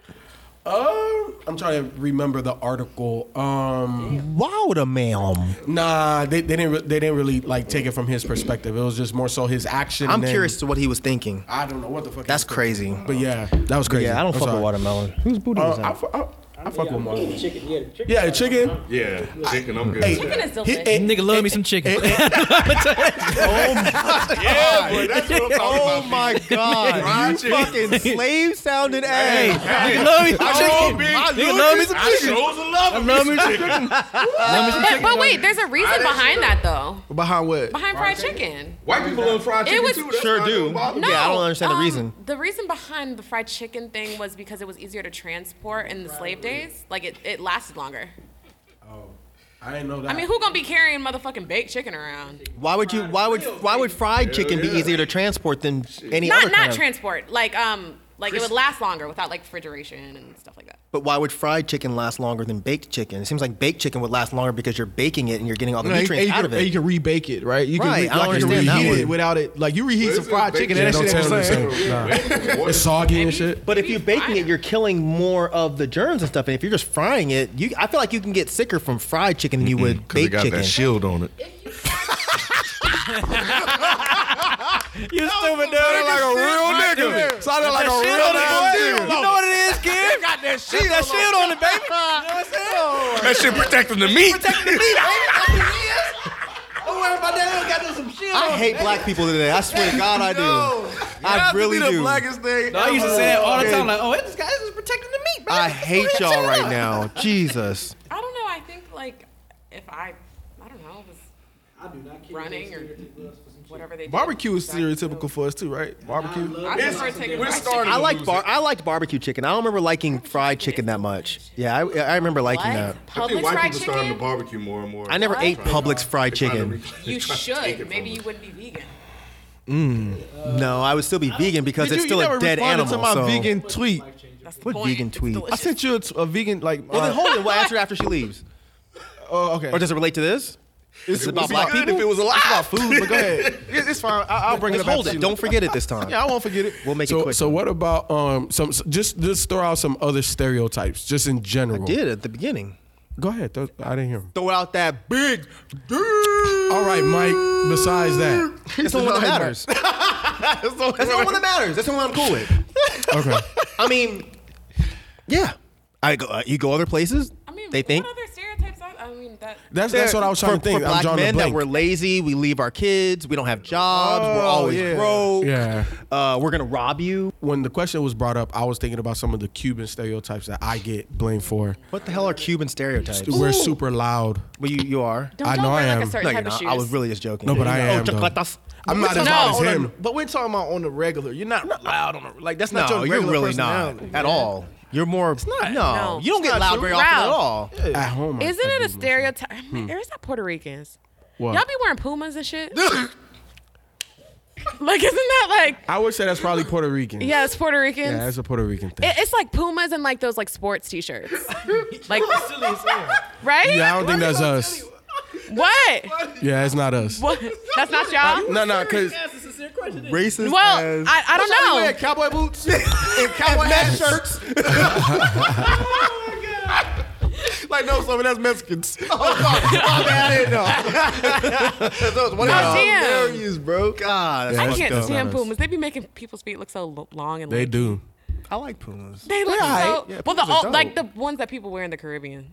Speaker 1: Um, I'm trying to remember the article. Um,
Speaker 5: Why would a man?
Speaker 1: nah, they, they didn't re- they didn't really like take it from his perspective. It was just more so his action.
Speaker 11: I'm
Speaker 1: and then-
Speaker 11: curious to what he was thinking.
Speaker 1: I don't know what the fuck.
Speaker 11: That's
Speaker 1: happened.
Speaker 11: crazy.
Speaker 1: But yeah, that was crazy.
Speaker 5: Yeah, I don't
Speaker 1: I'm
Speaker 5: fuck
Speaker 1: sorry.
Speaker 5: with watermelon. Who's booty
Speaker 1: Uh,
Speaker 5: is
Speaker 1: I,
Speaker 5: that?
Speaker 1: fu- I, I fuck with watermelon. Chicken, yeah, the chicken.
Speaker 8: Yeah, chicken. I'm good.
Speaker 1: Hey,
Speaker 3: Chicken is
Speaker 1: he-
Speaker 3: delicious.
Speaker 1: eh,
Speaker 4: Nigga, love me some chicken.
Speaker 8: yeah, boy, that's what I'm talking about.
Speaker 5: Oh my god!
Speaker 8: Fried
Speaker 5: you
Speaker 8: chicken.
Speaker 5: fucking slave sounding
Speaker 8: Hey,
Speaker 5: ass.
Speaker 8: hey,
Speaker 4: love me some
Speaker 8: I
Speaker 4: chicken.
Speaker 8: know, bitch.
Speaker 4: I love me some
Speaker 8: I
Speaker 4: chicken.
Speaker 8: sure would love me
Speaker 4: love me some
Speaker 8: some chicken.
Speaker 3: But, but wait, there's a reason
Speaker 8: didn't
Speaker 3: behind that though.
Speaker 7: Behind what?
Speaker 3: Behind fried chicken.
Speaker 8: White people love fried
Speaker 3: It
Speaker 8: chicken
Speaker 3: was-
Speaker 8: too. That's
Speaker 3: Sure
Speaker 8: why it
Speaker 5: do.
Speaker 8: don't bother me.
Speaker 3: No,
Speaker 5: Oh, Yeah, I don't understand the
Speaker 3: um,
Speaker 5: reason.
Speaker 3: The reason behind the fried chicken thing was because it was easier to transport in the slave days. Like it, it lasted longer.
Speaker 1: I didn't know that.
Speaker 3: I mean, who gonna be carrying motherfucking baked chicken around?
Speaker 5: Why would you? Why would? Why would fried chicken be easier to transport than any
Speaker 3: Not
Speaker 5: other
Speaker 3: not
Speaker 5: kind? of-
Speaker 3: transport. Like um, like it would last longer without like refrigeration and stuff like that.
Speaker 5: But why would fried chicken last longer than baked chicken? It seems like baked chicken would last longer because you're baking it and you're getting all the
Speaker 7: No, you-
Speaker 5: nutrients
Speaker 7: and you,
Speaker 5: out of
Speaker 7: can, and you
Speaker 5: it.
Speaker 7: can rebake it, right? You
Speaker 5: Right,
Speaker 7: can,
Speaker 5: I don't
Speaker 7: you can
Speaker 5: understand that
Speaker 7: reheat
Speaker 5: one.
Speaker 7: it without it. Like you reheat some
Speaker 8: it's
Speaker 7: fried
Speaker 8: baked
Speaker 7: chicken,
Speaker 8: chicken.
Speaker 7: and that
Speaker 8: Don't
Speaker 7: shit ain't
Speaker 8: tell
Speaker 7: the
Speaker 8: me
Speaker 7: same.
Speaker 1: It's soggy and shit.
Speaker 5: But if you're baking it, you're killing more of the germs and stuff. And if you're just frying it, you I feel like you can get sicker from fried chicken than you would
Speaker 8: Cause it
Speaker 5: baked
Speaker 8: got
Speaker 5: chicken.
Speaker 8: that shield on it.
Speaker 4: you stupid
Speaker 8: Sounded like a real nigga. Sounded like a real nigga.
Speaker 4: You know what it is, kid? Got that shield. That shield on it, baby.
Speaker 8: That shit protecting the meat.
Speaker 5: I hate black people today. I swear to God, I do. I really do.
Speaker 8: thing.
Speaker 4: I used to say it all the time, like, oh, this guy this is protecting the meat, bro.
Speaker 5: I hate y'all right now. Jesus.
Speaker 3: I don't know. I think like if I, I don't know, was running or whatever they did.
Speaker 7: Barbecue is stereotypical for us too, right? Barbecue.
Speaker 3: I prefer taking
Speaker 8: We're
Speaker 3: fried
Speaker 8: starting.
Speaker 5: I
Speaker 8: to
Speaker 5: like
Speaker 8: lose
Speaker 5: bar.
Speaker 8: it.
Speaker 5: I liked barbecue chicken. I don't remember liking fried chicken that much. Yeah, I, I remember
Speaker 3: chicken.
Speaker 5: liking
Speaker 3: What?
Speaker 5: that.
Speaker 8: I think
Speaker 3: Public
Speaker 8: white
Speaker 3: fried
Speaker 8: people starting to
Speaker 3: chicken?
Speaker 8: barbecue more and more.
Speaker 5: I never
Speaker 3: What?
Speaker 5: ate Publix fried chicken.
Speaker 3: You should. Maybe you wouldn't be vegan.
Speaker 5: No, I would still be vegan because
Speaker 7: Did
Speaker 5: it's
Speaker 7: you-
Speaker 5: still
Speaker 7: you
Speaker 5: a
Speaker 7: never
Speaker 5: dead
Speaker 7: responded
Speaker 5: animal.
Speaker 7: to my
Speaker 5: so.
Speaker 7: vegan tweet.
Speaker 3: That's the
Speaker 5: What
Speaker 3: point.
Speaker 5: vegan
Speaker 3: It's
Speaker 5: tweet? I
Speaker 7: I
Speaker 3: delicious.
Speaker 7: sent you a, t- a vegan like.
Speaker 5: Well, then
Speaker 7: uh,
Speaker 5: hold it. We'll answer after she leaves.
Speaker 7: oh, okay.
Speaker 5: Or does it relate to this? It's
Speaker 7: would
Speaker 5: about
Speaker 7: be
Speaker 5: black
Speaker 7: good
Speaker 5: people.
Speaker 7: if it was alive. food, but go ahead. It- It's fine. I, will bring
Speaker 5: Let's
Speaker 7: it up.
Speaker 5: hold
Speaker 7: after
Speaker 5: it.
Speaker 7: you.
Speaker 5: Don't forget it this time.
Speaker 7: Yeah, I won't forget it.
Speaker 5: We'll make it
Speaker 1: So,
Speaker 5: quick.
Speaker 1: so what about um some so just just throw out some other stereotypes just in general.
Speaker 5: did at the beginning.
Speaker 1: Go ahead. Throw, I didn't hear. Him.
Speaker 5: Throw out that big.
Speaker 1: All right, Mike. Besides that,
Speaker 5: It's the one that matters. That's the only one that matters. That's the only one I'm cool with.
Speaker 1: okay.
Speaker 5: I mean, yeah. I go. Uh, you go other places.
Speaker 3: I mean,
Speaker 5: they think
Speaker 3: What other stereotypes? I, I mean, that.
Speaker 1: That's that's what I was trying
Speaker 5: for,
Speaker 1: to think.
Speaker 5: for
Speaker 1: I'm
Speaker 5: black
Speaker 1: drawing a
Speaker 5: men that
Speaker 1: blank.
Speaker 5: we're lazy. We leave our kids. We don't have jobs. we're
Speaker 7: Oh,
Speaker 5: always
Speaker 7: yeah.
Speaker 5: broke.
Speaker 1: Yeah.
Speaker 5: Uh, we're gonna rob you.
Speaker 1: when the question was brought up, I was thinking about some of the Cuban stereotypes that I get blamed for.
Speaker 5: What the hell are Cuban stereotypes?
Speaker 1: We're super loud.
Speaker 5: Well, you you are.
Speaker 3: Don't
Speaker 1: I
Speaker 3: y'all
Speaker 1: know
Speaker 3: wear
Speaker 1: I
Speaker 3: like
Speaker 1: am.
Speaker 3: a certain
Speaker 5: No, you're
Speaker 3: type of
Speaker 5: not.
Speaker 3: shoes.
Speaker 5: I was really just joking.
Speaker 1: No, but I
Speaker 5: Oh,
Speaker 1: am, though.
Speaker 5: chocolatas.
Speaker 1: I'm not
Speaker 7: We're
Speaker 1: as
Speaker 3: No.
Speaker 1: loud as
Speaker 3: on
Speaker 7: talking about on
Speaker 1: him.
Speaker 7: the- but we're talking about on the regular. You're not loud on the like. That's not
Speaker 5: No,
Speaker 7: your
Speaker 5: you're
Speaker 7: regular
Speaker 5: really not
Speaker 7: personality.
Speaker 5: at all. You're more. It's not. No,
Speaker 3: No.
Speaker 5: you don't
Speaker 3: It's
Speaker 5: get
Speaker 3: not
Speaker 5: loud
Speaker 3: true.
Speaker 5: very often at
Speaker 3: Ralph.
Speaker 5: all.
Speaker 1: At home, I-
Speaker 3: Isn't
Speaker 1: I
Speaker 3: it a
Speaker 1: do.
Speaker 3: stereotype? Or is that Puerto Ricans?
Speaker 1: What?
Speaker 3: Y'all be wearing Pumas and shit. like, isn't that like?
Speaker 1: I would say that's probably Puerto Rican.
Speaker 3: Yeah, it's Puerto Ricans.
Speaker 1: Yeah, that's a Puerto Rican thing.
Speaker 3: It- it's like Pumas and like those like sports T-shirts. like, right?
Speaker 1: Yeah, I don't think that's us.
Speaker 3: What?
Speaker 1: Yeah, it's not us.
Speaker 3: What? That's not y'all.
Speaker 1: No, no, because
Speaker 5: Racist.
Speaker 3: Well, I, I don't know.
Speaker 5: cowboy boots and cowboy hat shirts.
Speaker 7: Like no, some of that's Mexicans.
Speaker 3: Oh, damn.
Speaker 5: bro. God, that's
Speaker 3: I
Speaker 5: fucked
Speaker 3: can't
Speaker 5: up.
Speaker 3: stand Pumas. They be making people's feet look so lo- long and
Speaker 1: they
Speaker 3: like,
Speaker 1: do.
Speaker 5: I like Pumas.
Speaker 3: they look so.
Speaker 7: Yeah,
Speaker 3: well, the
Speaker 7: Pumas are
Speaker 3: old, like the ones that people wear in the Caribbean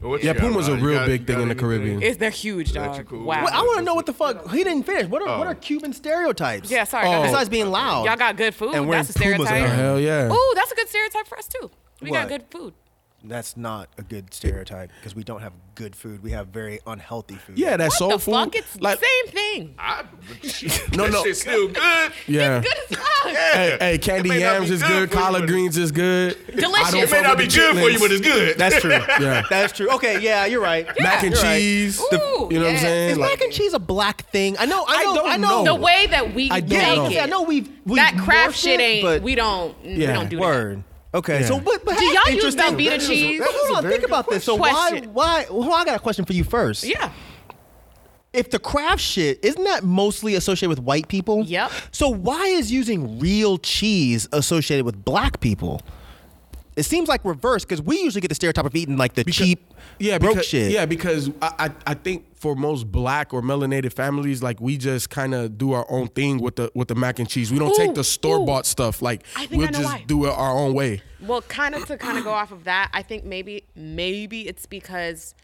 Speaker 8: What you
Speaker 1: Yeah,
Speaker 8: got,
Speaker 1: Puma's a
Speaker 8: Ryan? You
Speaker 1: real
Speaker 8: got-
Speaker 1: big
Speaker 8: you
Speaker 1: thing
Speaker 8: got
Speaker 1: in the
Speaker 8: anything?
Speaker 1: Caribbean.
Speaker 3: is they're huge,
Speaker 8: that you
Speaker 3: dog.
Speaker 8: cool?
Speaker 3: Wow.
Speaker 8: Well,
Speaker 5: I want to know what the fuck he didn't finish. What are what are Cuban stereotypes?
Speaker 3: yeah, sorry. guys.
Speaker 5: Besides being loud,
Speaker 3: Y'all got good food.
Speaker 5: And wearing
Speaker 3: that's a
Speaker 5: Pumas
Speaker 3: stereotype.
Speaker 5: everywhere.
Speaker 1: Hell yeah.
Speaker 3: Ooh, that's a good stereotype for us too. We got
Speaker 5: What?
Speaker 3: good food.
Speaker 5: That's not a good stereotype because we don't have good food. We have very unhealthy food.
Speaker 1: Yeah, that soul
Speaker 3: the
Speaker 1: food.
Speaker 3: fuck? It's
Speaker 1: like,
Speaker 3: same thing.
Speaker 8: I,
Speaker 1: No,
Speaker 8: no,
Speaker 1: no.
Speaker 8: no, shit's still good.
Speaker 1: yeah.
Speaker 3: Good as fuck.
Speaker 1: Hey, hey, candy
Speaker 8: It may not
Speaker 1: yams
Speaker 8: be
Speaker 1: is
Speaker 8: good
Speaker 1: good.
Speaker 8: for you,
Speaker 1: Collard
Speaker 8: but-
Speaker 1: greens is good.
Speaker 3: Delicious.
Speaker 1: I don't
Speaker 3: It
Speaker 8: It may
Speaker 1: fuck
Speaker 8: not be
Speaker 1: with the
Speaker 8: good for you,
Speaker 1: chitlins.
Speaker 8: but it's good.
Speaker 5: that's true.
Speaker 1: Yeah.
Speaker 5: that's true. Okay, yeah, you're right.
Speaker 1: mac and
Speaker 5: You're right.
Speaker 1: cheese.
Speaker 3: Ooh,
Speaker 1: you know what I'm
Speaker 3: yes.
Speaker 1: saying?
Speaker 5: Is mac and cheese a black thing? I know. I
Speaker 1: I
Speaker 5: know.
Speaker 1: don't
Speaker 5: I, know.
Speaker 1: know.
Speaker 3: the way that we
Speaker 1: I
Speaker 3: I
Speaker 1: don't
Speaker 3: make
Speaker 1: know.
Speaker 3: it.
Speaker 1: Yeah,
Speaker 5: I know we've- we
Speaker 3: that craft
Speaker 5: morphed
Speaker 3: shit
Speaker 5: it,
Speaker 3: ain't.
Speaker 5: but-
Speaker 3: we don't. We
Speaker 1: Yeah.
Speaker 3: don't do
Speaker 5: Word. Okay.
Speaker 1: Yeah.
Speaker 5: So, but, but
Speaker 3: Do
Speaker 5: hey,
Speaker 3: y'all use
Speaker 5: interesting.
Speaker 3: Velveeta That is a- cheese?
Speaker 5: But
Speaker 3: that is
Speaker 5: hold on. Think about this. So why
Speaker 3: Question.
Speaker 5: why? Well, I got a question for you first.
Speaker 3: that. Yeah.
Speaker 5: if the craft shit isn't that mostly associated with white people?
Speaker 3: Yep.
Speaker 5: So why is using real cheese associated with black people? It seems like reverse because we usually get the stereotype of eating like the cheap,
Speaker 1: yeah,
Speaker 5: broke
Speaker 1: because,
Speaker 5: shit.
Speaker 1: Yeah, because I, I I think for most black or melanated families, like we just kind of do our own thing with the with the mac and cheese. We don't
Speaker 3: Ooh,
Speaker 1: take the store bought stuff. Like
Speaker 3: I think
Speaker 1: we'll
Speaker 3: I know
Speaker 1: just
Speaker 3: why.
Speaker 1: do it our own way.
Speaker 3: Well, kind of to kind of go off of that, I think maybe maybe it's because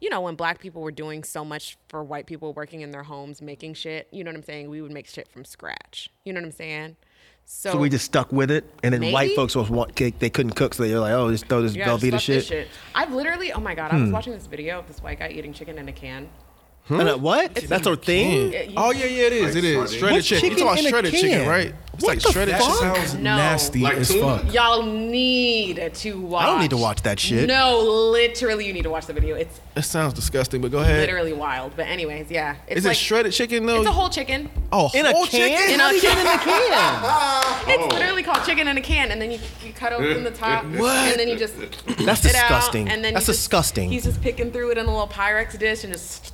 Speaker 3: you know when black people were doing so much for white people working in their homes making shit, you know what I'm saying? We would make shit from scratch. You know what I'm saying? So,
Speaker 11: So we just stuck with it, and then
Speaker 3: Maybe?
Speaker 11: white folks was want cake. They couldn't cook, so they were like, "Oh, just throw this
Speaker 3: Yeah, just
Speaker 11: Velveeta
Speaker 3: fuck
Speaker 11: shit."
Speaker 3: this I've literally, oh my god,
Speaker 5: Hmm.
Speaker 3: I was watching this video of this white guy eating chicken in a can.
Speaker 5: And, uh, what? That's our thing.
Speaker 3: Yeah, you-
Speaker 7: Oh yeah, yeah, it is. It is shredded
Speaker 5: What's
Speaker 7: chicken.
Speaker 5: chicken
Speaker 7: You
Speaker 5: in
Speaker 7: talking
Speaker 5: a
Speaker 7: about shredded chicken,
Speaker 5: can?
Speaker 7: right? It's
Speaker 5: What
Speaker 7: like
Speaker 5: the
Speaker 7: shredded
Speaker 5: fuck?
Speaker 7: chicken.
Speaker 1: Sounds
Speaker 3: No.
Speaker 1: nasty
Speaker 8: Like
Speaker 1: as
Speaker 8: tuna?
Speaker 1: fuck.
Speaker 3: Y'all need to watch.
Speaker 5: don't need to watch that shit. Eh.
Speaker 3: No, literally, you need to watch the video. It's
Speaker 7: That sounds disgusting, but go ahead.
Speaker 3: literally wild. But anyways, yeah, it's
Speaker 7: Is
Speaker 3: like
Speaker 7: it shredded chicken though?
Speaker 3: It's a whole chicken.
Speaker 7: oh,
Speaker 5: In a
Speaker 7: whole
Speaker 5: can?
Speaker 7: chicken?
Speaker 3: In a
Speaker 5: in a can.
Speaker 3: It's literally called chicken in a can, and then you, you cut open the top, and then you just
Speaker 5: That's
Speaker 3: it out,
Speaker 5: disgusting.
Speaker 3: and then
Speaker 5: That's
Speaker 3: you just-
Speaker 5: disgusting.
Speaker 3: He's just picking through it in a little Pyrex dish and just.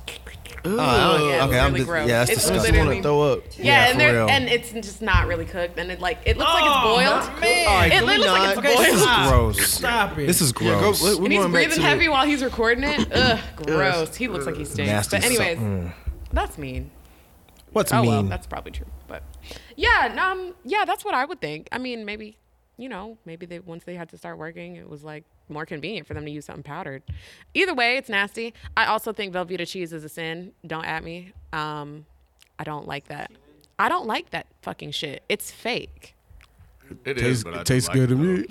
Speaker 3: Ooh,
Speaker 11: I don't-
Speaker 3: yeah, it's
Speaker 11: okay, I'm
Speaker 3: really
Speaker 11: just-
Speaker 3: gross.
Speaker 11: yeah, that's
Speaker 3: it's
Speaker 11: disgusting.
Speaker 3: literally-
Speaker 7: Wanna throw up.
Speaker 3: Yeah,
Speaker 11: Yeah,
Speaker 3: and
Speaker 11: for
Speaker 3: they're-
Speaker 11: real.
Speaker 3: and it's just not really cooked, and it like it looks like it's boiled.
Speaker 4: man.
Speaker 3: It, looks like it's boiled.
Speaker 11: This is
Speaker 4: Stop.
Speaker 11: gross.
Speaker 4: Stop it.
Speaker 11: This is
Speaker 7: Yeah, go,
Speaker 11: gross.
Speaker 7: we- we
Speaker 3: And he's
Speaker 7: going back
Speaker 3: breathing
Speaker 7: to
Speaker 3: heavy
Speaker 7: The,
Speaker 3: while he's recording it. Ugh, gross. He looks like he stinks.
Speaker 11: Nasty Mm.
Speaker 3: but anyways,
Speaker 11: son-
Speaker 3: that's mean.
Speaker 11: What's
Speaker 3: oh
Speaker 11: mean?
Speaker 3: well, that's probably true. But yeah, no, um, yeah, that's what I would think. I mean, maybe you know, maybe they once they had to start working, it was like more convenient for them to use something powdered. Either way, it's nasty. I also think Velveeta cheese is a sin. Don't at me. Um, I don't like that. I don't like that fucking shit. It's fake.
Speaker 8: It
Speaker 1: Tastes,
Speaker 8: is, but I
Speaker 1: it
Speaker 8: do
Speaker 1: tastes
Speaker 8: like
Speaker 1: good to
Speaker 8: it.
Speaker 1: me.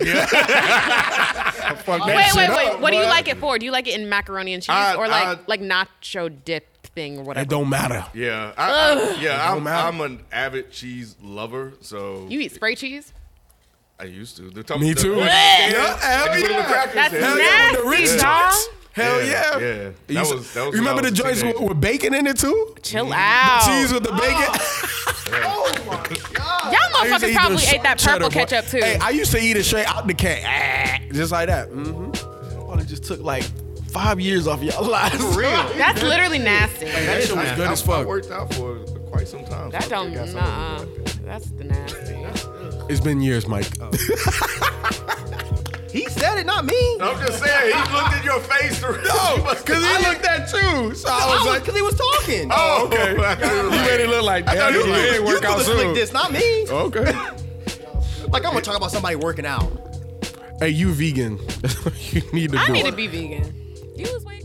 Speaker 8: Oh,
Speaker 3: Wait, wait, wait. What do you like it for? Do you like it in macaroni and cheese
Speaker 8: I-
Speaker 3: or like
Speaker 8: I-
Speaker 3: like nacho dip thing or
Speaker 1: It
Speaker 3: whatever?
Speaker 1: don't matter.
Speaker 8: Yeah, I, I, yeah. I'm,
Speaker 1: matter.
Speaker 8: I'm an avid cheese lover, so
Speaker 3: You eat spray cheese?
Speaker 8: I used to. The top-
Speaker 1: Me
Speaker 8: the-
Speaker 1: too.
Speaker 8: Yeah,
Speaker 1: Yeah, hell
Speaker 8: and you put it in the
Speaker 1: yeah.
Speaker 8: crackers,
Speaker 3: That's
Speaker 8: hell yeah.
Speaker 3: nasty,
Speaker 1: the rich
Speaker 3: dog.
Speaker 1: joints. Hell yeah.
Speaker 8: Yeah, yeah. That
Speaker 1: You s-
Speaker 8: was-
Speaker 1: you
Speaker 8: that was when I
Speaker 1: remember the
Speaker 8: was a
Speaker 1: joints with,
Speaker 8: teenager.
Speaker 1: with bacon in it too?
Speaker 3: Chill out.
Speaker 1: Cheese with the
Speaker 3: Oh.
Speaker 1: bacon.
Speaker 3: Y'all
Speaker 1: I used to eat
Speaker 3: motherfuckers
Speaker 1: the
Speaker 3: probably
Speaker 1: sharp
Speaker 3: ate that purple
Speaker 1: cheddar, boy.
Speaker 3: ketchup too.
Speaker 1: Hey, I used to eat it straight out the can, Ah, just like that. Mm.
Speaker 7: probably just took like five years off your lives. For real?
Speaker 3: That's literally nasty.
Speaker 1: That shit was good
Speaker 8: I,
Speaker 1: as
Speaker 8: I
Speaker 1: fuck.
Speaker 8: worked out for quite some time.
Speaker 3: That
Speaker 8: so I
Speaker 3: don't.
Speaker 8: think I got something
Speaker 3: Nah.
Speaker 8: like that.
Speaker 3: That's the nasty.
Speaker 1: It's been years, Mike.
Speaker 5: He said it, not me.
Speaker 8: I'm just saying, he looked in your face. No, because
Speaker 1: he looked at too. So
Speaker 5: I was because he was talking.
Speaker 8: oh, okay. you
Speaker 1: made it look like,
Speaker 8: I thought
Speaker 1: damn,
Speaker 8: you
Speaker 1: he
Speaker 8: looked-
Speaker 1: did
Speaker 8: you
Speaker 1: work
Speaker 5: you
Speaker 1: out
Speaker 5: do the
Speaker 1: soon.
Speaker 5: slick this, not me.
Speaker 8: Okay.
Speaker 5: Like I'm gonna talk about somebody working out.
Speaker 1: Hey, you vegan. you need to
Speaker 3: I
Speaker 1: do
Speaker 3: need
Speaker 1: it.
Speaker 3: to be vegan. You lose weight.